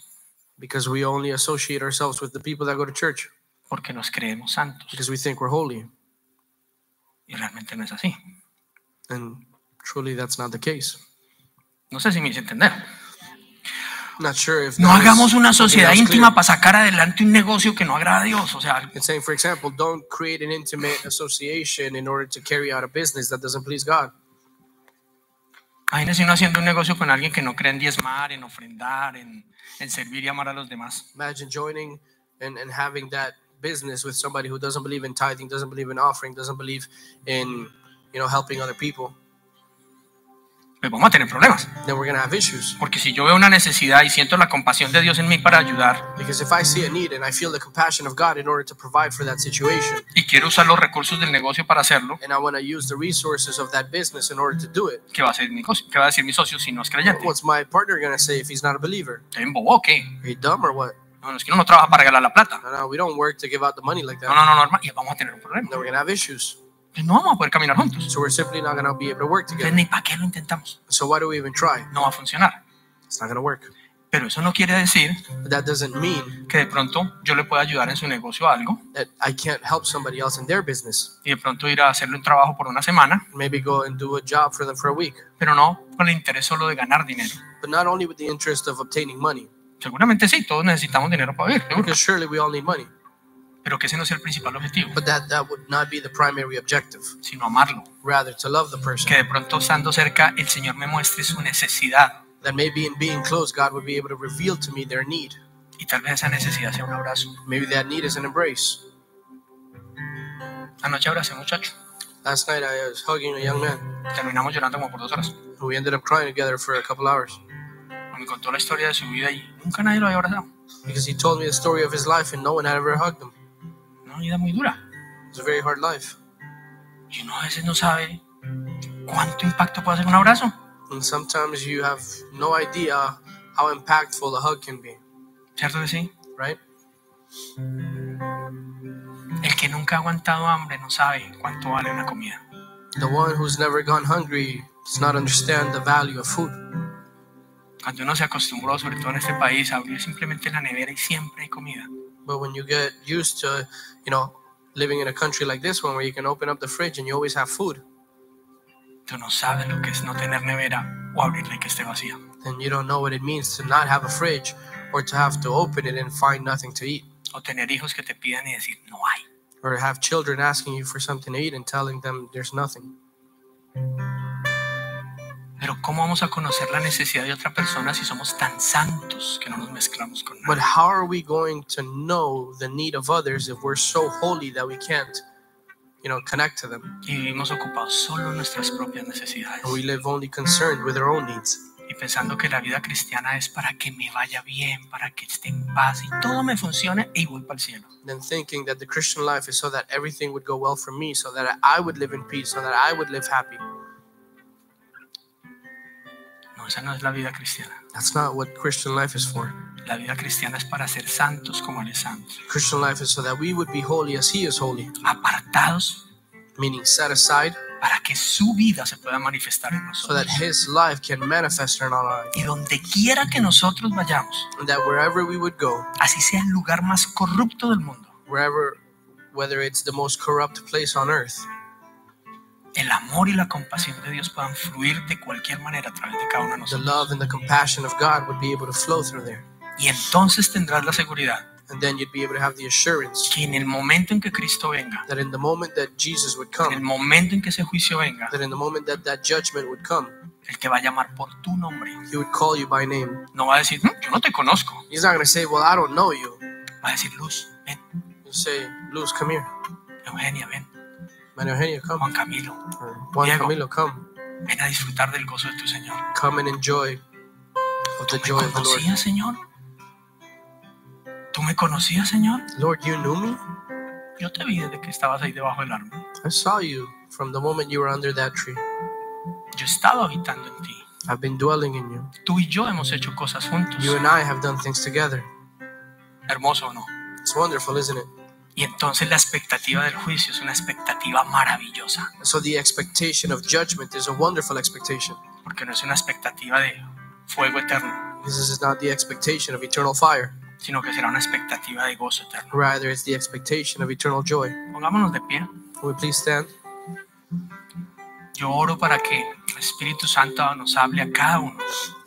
Speaker 3: because we only associate ourselves with the people that go to church
Speaker 2: porque nos creemos santos.
Speaker 3: because we think we're holy.
Speaker 2: Y realmente no es así.
Speaker 3: And truly, that's not the case.
Speaker 2: No sé si me hice entender.
Speaker 3: Not sure if
Speaker 2: No
Speaker 3: that is
Speaker 2: hagamos una
Speaker 3: something
Speaker 2: sociedad
Speaker 3: else clear.
Speaker 2: íntima para sacar adelante un negocio que no agrada a Dios. O sea,
Speaker 3: It's saying, for example, don't create an intimate association in order to carry out a business that doesn't please God.
Speaker 2: imagínense uno haciendo un negocio con alguien que no cree en diezmar, en ofrendar, en, en servir y amar a los demás.
Speaker 3: Imagine joining and, and having that business with somebody who doesn't believe in tithing, doesn't believe in offering, doesn't believe in you know helping other people.
Speaker 2: Pues vamos a tener problemas.
Speaker 3: Then we're gonna have issues.
Speaker 2: Porque si yo veo una necesidad y siento la compasión de Dios en mí para ayudar
Speaker 3: Because if I see a need and I feel the compassion of God in order to provide for that situation,
Speaker 2: y quiero usar los recursos del negocio para hacerlo,
Speaker 3: and I want to use the resources of that business in order to do it,
Speaker 2: ¿qué va a, hacer mi socio? ¿Qué va a decir mi socio si no es creyente?
Speaker 3: what's my partner gonna say if he's not a believer?
Speaker 2: ¿Te embobó o qué?
Speaker 3: Are you dumb or what?
Speaker 2: No, no, es que uno no trabaja para regalar la plata.
Speaker 3: No, no, we don't work to give out the money like
Speaker 2: No,
Speaker 3: that.
Speaker 2: no, no, no, hermano, y vamos a tener un problema.
Speaker 3: Then we're gonna have issues.
Speaker 2: Pues no vamos a poder caminar juntos.
Speaker 3: So we're simply not gonna be able to work together.
Speaker 2: Entonces, ni para qué lo intentamos.
Speaker 3: So why do we even try?
Speaker 2: No va a funcionar.
Speaker 3: It's not gonna work.
Speaker 2: Pero eso no quiere decir
Speaker 3: But that doesn't mean
Speaker 2: que de pronto yo le pueda ayudar en su negocio a algo
Speaker 3: that I can't help somebody else in their business.
Speaker 2: y de pronto ir a hacerle un trabajo por una semana,
Speaker 3: Maybe go and do a job for them for a week,
Speaker 2: pero no con el interés solo de ganar dinero.
Speaker 3: but not only with the interest of obtaining money,
Speaker 2: Seguramente sí, todos necesitamos dinero para vivir, seguro,
Speaker 3: because surely we all need money.
Speaker 2: pero que ese no sea el principal objetivo,
Speaker 3: But that that would not be the primary objective.
Speaker 2: sino amarlo.
Speaker 3: Rather, to love the person.
Speaker 2: Que de pronto estando cerca el Señor me muestre su necesidad
Speaker 3: That maybe in being close, God would be able to reveal to me their need.
Speaker 2: y tal vez esa necesidad sea un abrazo.
Speaker 3: Maybe that need is an embrace.
Speaker 2: Anoche abracé a un muchacho,
Speaker 3: Last night, I was hugging a young man
Speaker 2: terminamos llorando como por dos horas.
Speaker 3: who we ended up crying together for a couple hours
Speaker 2: Me contó la historia de su vida y nunca nadie lo había abrazado.
Speaker 3: because he told me the story of his life and no one had ever hugged him.
Speaker 2: Una vida muy dura.
Speaker 3: It's a very hard life.
Speaker 2: Y uno a veces no sabe cuánto impacto puede hacer un abrazo.
Speaker 3: And sometimes you have no idea how impactful a hug can be,
Speaker 2: ¿Cierto que sí?
Speaker 3: right?
Speaker 2: El que nunca ha aguantado hambre no sabe cuánto vale una comida.
Speaker 3: The one who's never gone hungry does not understand the value of food.
Speaker 2: Cuando uno se acostumbró, sobre todo en este país, a abrir simplemente la nevera y siempre hay comida.
Speaker 3: But when you get used to, you know, living in a country like this one where you can open up the fridge and you always have food,
Speaker 2: Tú no sabes lo que es no tener nevera o abrirla y que esté vacía.
Speaker 3: then you don't know what it means to not have a fridge or to have to open it and find nothing to eat.
Speaker 2: O tener hijos que te pidan y decir, no hay.
Speaker 3: Or have children asking you for something to eat and telling them there's nothing.
Speaker 2: Pero ¿cómo vamos a conocer la necesidad de otra persona si somos tan santos que no nos mezclamos con nadie?
Speaker 3: But how are we going to know the need of others if we're so holy that we can't, you know, connect to them?
Speaker 2: y vivimos ocupados solo en nuestras propias necesidades.
Speaker 3: And we live only concerned with our own needs.
Speaker 2: Y y pensando que la vida cristiana es para que me vaya bien, para que esté en paz y todo me funcione y voy para el cielo.
Speaker 3: than thinking that the Christian life is so that everything would go well for me, so that I would live in peace, so that I would live happy.
Speaker 2: No, esa no es la vida cristiana.
Speaker 3: That's not what Christian life is for.
Speaker 2: La vida cristiana es para ser santos como Él es santo,
Speaker 3: Christian life is so that we would be holy as He is holy,
Speaker 2: apartados
Speaker 3: meaning set aside,
Speaker 2: para que su vida se pueda manifestar en
Speaker 3: so
Speaker 2: nosotros.
Speaker 3: that His life can manifest in our life.
Speaker 2: Y donde quiera que nosotros vayamos,
Speaker 3: And that wherever we would go,
Speaker 2: así sea el lugar más corrupto del mundo,
Speaker 3: wherever, whether it's the most corrupt place on earth,
Speaker 2: el amor y la compasión de Dios puedan fluir de cualquier manera a través de cada uno de
Speaker 3: the
Speaker 2: nosotros.
Speaker 3: love and the compassion of God would be able to flow through there.
Speaker 2: Y entonces tendrás la seguridad
Speaker 3: And then you'd be able to have the assurance
Speaker 2: que en el momento en que Cristo venga,
Speaker 3: that in the moment that Jesus would
Speaker 2: en el
Speaker 3: come,
Speaker 2: momento en que ese juicio venga,
Speaker 3: that in the moment that that judgment would come,
Speaker 2: Él te va a llamar por tu nombre.
Speaker 3: He would call you by name.
Speaker 2: No va a decir, "Mm, yo no te conozco.
Speaker 3: He's not gonna say, "Well, I don't know you."
Speaker 2: Va a decir, Luz, ven,
Speaker 3: He'll say, "Luz, come here,
Speaker 2: Eugenia, ven,
Speaker 3: Manuel Eugenio, come,
Speaker 2: Juan Camilo,
Speaker 3: or Juan
Speaker 2: Diego.
Speaker 3: Camilo, come,
Speaker 2: ven a disfrutar del gozo de tu Señor.
Speaker 3: come and enjoy of the
Speaker 2: ¿Tú me
Speaker 3: joy of the Lord."
Speaker 2: conocías, Señor? ¿Tú me conocías, Señor?
Speaker 3: Lord, you knew me.
Speaker 2: Yo te vi desde que estabas ahí debajo del árbol.
Speaker 3: I saw you from the moment you were under that tree.
Speaker 2: Yo he estado habitando en ti.
Speaker 3: I've been dwelling in you.
Speaker 2: Tú y yo hemos hecho cosas juntos.
Speaker 3: You and I have done things together.
Speaker 2: Hermoso o no.
Speaker 3: It's wonderful, isn't it?
Speaker 2: Y entonces la expectativa del juicio es una expectativa maravillosa,
Speaker 3: So the expectation of judgment is a wonderful expectation.
Speaker 2: porque no es una expectativa de fuego eterno,
Speaker 3: This is not the expectation of eternal fire.
Speaker 2: sino que será una expectativa de gozo eterno.
Speaker 3: Rather, it's the expectation of eternal joy.
Speaker 2: Pongámonos de pie.
Speaker 3: Will we please stand?
Speaker 2: Yo oro para que el Espíritu Santo nos hable a cada uno,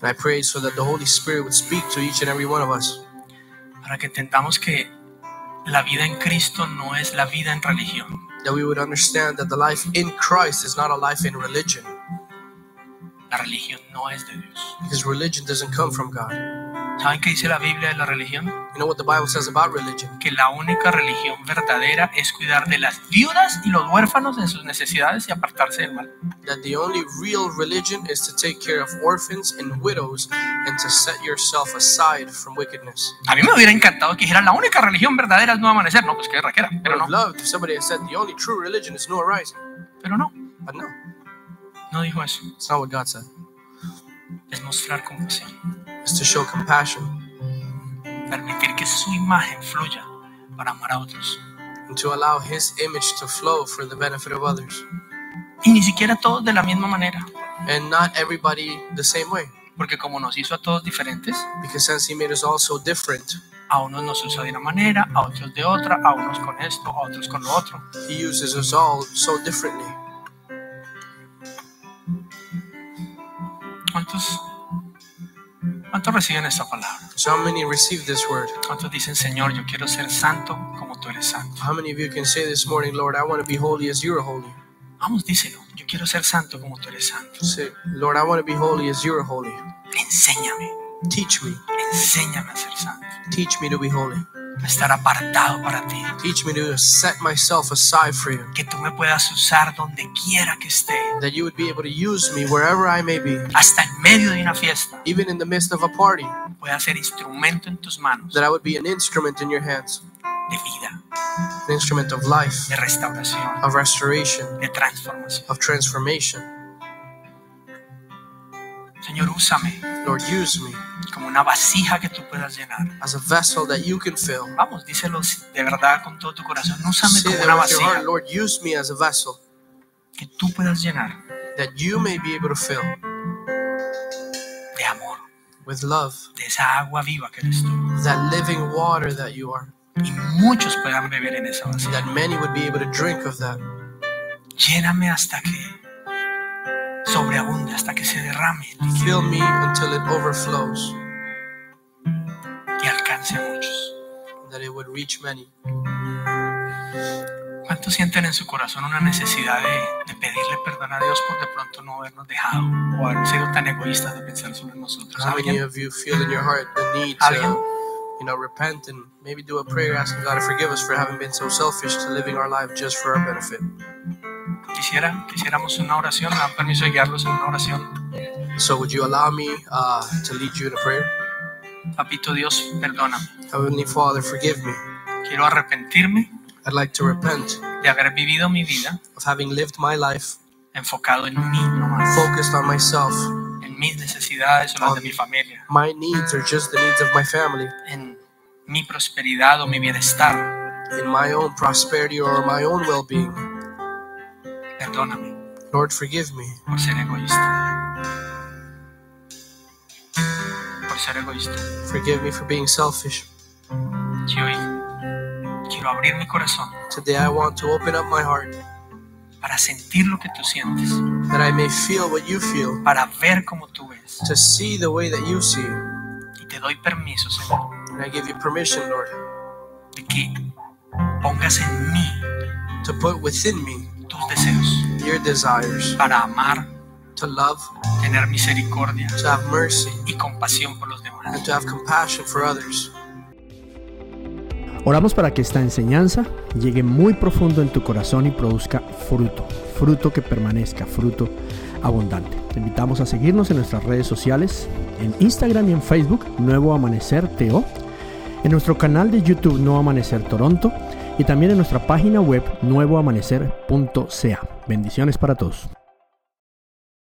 Speaker 3: And I pray so that the Holy Spirit would speak to each and every one of us.
Speaker 2: para que entendamos que la vida en Cristo no es la vida en religión.
Speaker 3: that we would understand that the life in Christ is not a life in religion,
Speaker 2: La religión no es de Dios.
Speaker 3: because religion doesn't come from God.
Speaker 2: ¿Saben qué dice la Biblia de la religión?
Speaker 3: You know what the Bible says about religion?
Speaker 2: Que la única religión verdadera es cuidar de las viudas y los huérfanos en sus necesidades y apartarse del mal.
Speaker 3: That the only real religion is to take care of orphans and widows and to set yourself aside from wickedness.
Speaker 2: A mí me hubiera encantado que dijera la única religión verdadera es no amanecer. No, pues qué raquera.
Speaker 3: I
Speaker 2: Pero
Speaker 3: would have
Speaker 2: no,
Speaker 3: loved if somebody had said the only true religion is no arising.
Speaker 2: pero no,
Speaker 3: But no,
Speaker 2: no dijo eso.
Speaker 3: it's not what God said.
Speaker 2: Es mostrar compasión,
Speaker 3: It's to show compassion
Speaker 2: permitir que su imagen fluya para amar a otros.
Speaker 3: and to allow His image to flow for the benefit of others.
Speaker 2: Y ni siquiera todos de la misma manera,
Speaker 3: And not everybody the same way,
Speaker 2: porque como nos hizo a todos diferentes,
Speaker 3: because since He made us all so different,
Speaker 2: a unos nos usa de una manera, a otros de otra, a unos con esto, a otros con lo otro.
Speaker 3: He uses us all so differently.
Speaker 2: ¿Cuántos, cuántos reciben esta palabra?
Speaker 3: So how many received this word?
Speaker 2: ¿Cuántos dicen, Señor, yo quiero ser santo como tú eres santo?
Speaker 3: How many of you can say this morning, Lord, I want to be holy as you are holy?
Speaker 2: Vamos, díselo, yo quiero ser santo como tú eres santo.
Speaker 3: Say, Lord, I want to be holy as you are holy.
Speaker 2: Enséñame,
Speaker 3: Teach me.
Speaker 2: enséñame a ser santo.
Speaker 3: Teach me to be holy.
Speaker 2: a estar apartado para ti,
Speaker 3: Teach me to set myself aside for you.
Speaker 2: que tú me puedas usar donde quiera que esté,
Speaker 3: That you would be able to use me wherever I may be,
Speaker 2: hasta en medio de una fiesta,
Speaker 3: even in the midst of a party.
Speaker 2: pueda ser instrumento en tus manos
Speaker 3: That I would be an instrument in your hands,
Speaker 2: de vida,
Speaker 3: an instrument of life,
Speaker 2: de restauración,
Speaker 3: of restoration,
Speaker 2: de transformación.
Speaker 3: of transformation.
Speaker 2: Señor, úsame
Speaker 3: Lord, use me
Speaker 2: como una vasija que tú puedas llenar.
Speaker 3: as a vessel that you can fill.
Speaker 2: Vamos, díselo de verdad con todo tu corazón. Úsame
Speaker 3: Say
Speaker 2: como
Speaker 3: that
Speaker 2: una
Speaker 3: with your
Speaker 2: vasija
Speaker 3: heart, Lord, use me as a vessel
Speaker 2: que tú puedas llenar
Speaker 3: that you may be able to fill
Speaker 2: de amor,
Speaker 3: with love.
Speaker 2: de esa agua viva que eres tú.
Speaker 3: that living water that you are,
Speaker 2: Y muchos puedan beber en esa vasija.
Speaker 3: that many would be able to drink of that.
Speaker 2: Lléname hasta que sobreabunde, hasta que se derrame
Speaker 3: Fill me until it overflows,
Speaker 2: y alcance a muchos.
Speaker 3: that it would reach many.
Speaker 2: ¿Cuántos sienten en su corazón una necesidad de, de pedirle perdón a Dios por de pronto no habernos dejado o haber sido tan egoístas de pensar solo en nosotros?
Speaker 3: How many
Speaker 2: ¿Alguien?
Speaker 3: of you feel in your heart the need
Speaker 2: Alguien.
Speaker 3: to, you know, repent and maybe do a prayer asking God to forgive us for having been so selfish to living our life just for our benefit?
Speaker 2: Quisiera, quisiéramos una oración, me dan permiso de guiarlos en una oración.
Speaker 3: So would you allow me uh, to lead you in a prayer?
Speaker 2: Papito Dios, perdóname.
Speaker 3: Heavenly Father, forgive me.
Speaker 2: Quiero arrepentirme
Speaker 3: I'd like to repent
Speaker 2: de haber vivido mi vida
Speaker 3: of having lived my life
Speaker 2: enfocado en mí nomás,
Speaker 3: focused on myself.
Speaker 2: en mis necesidades o las de mi familia,
Speaker 3: My needs are just the needs of my family,
Speaker 2: en mi prosperidad o mi bienestar.
Speaker 3: in my own prosperity or my own well being.
Speaker 2: Perdóname
Speaker 3: Lord, forgive me
Speaker 2: por ser egoísta. Por ser egoísta.
Speaker 3: Forgive me for being selfish.
Speaker 2: Y hoy quiero abrir mi corazón
Speaker 3: Today I want to open up my heart
Speaker 2: para sentir lo que tú sientes,
Speaker 3: that I may feel what you feel,
Speaker 2: para ver cómo tú ves.
Speaker 3: to see the way that you see. And
Speaker 2: Y te doy permiso, Señor,
Speaker 3: I give you permission, Lord,
Speaker 2: de que pongas en mí
Speaker 3: to put within me
Speaker 2: tus deseos
Speaker 3: your desires,
Speaker 2: para amar,
Speaker 3: to love,
Speaker 2: tener misericordia
Speaker 3: to have mercy,
Speaker 2: y compasión por los demás.
Speaker 3: and to have compassion for others.
Speaker 1: Oramos para que esta enseñanza llegue muy profundo en tu corazón y produzca fruto, fruto que permanezca, fruto abundante. Te invitamos a seguirnos en nuestras redes sociales, en Instagram y en Facebook, Nuevo Amanecer TO, en nuestro canal de YouTube Nuevo Amanecer Toronto y también en nuestra página web nuevoamanecer.ca. Bendiciones para todos.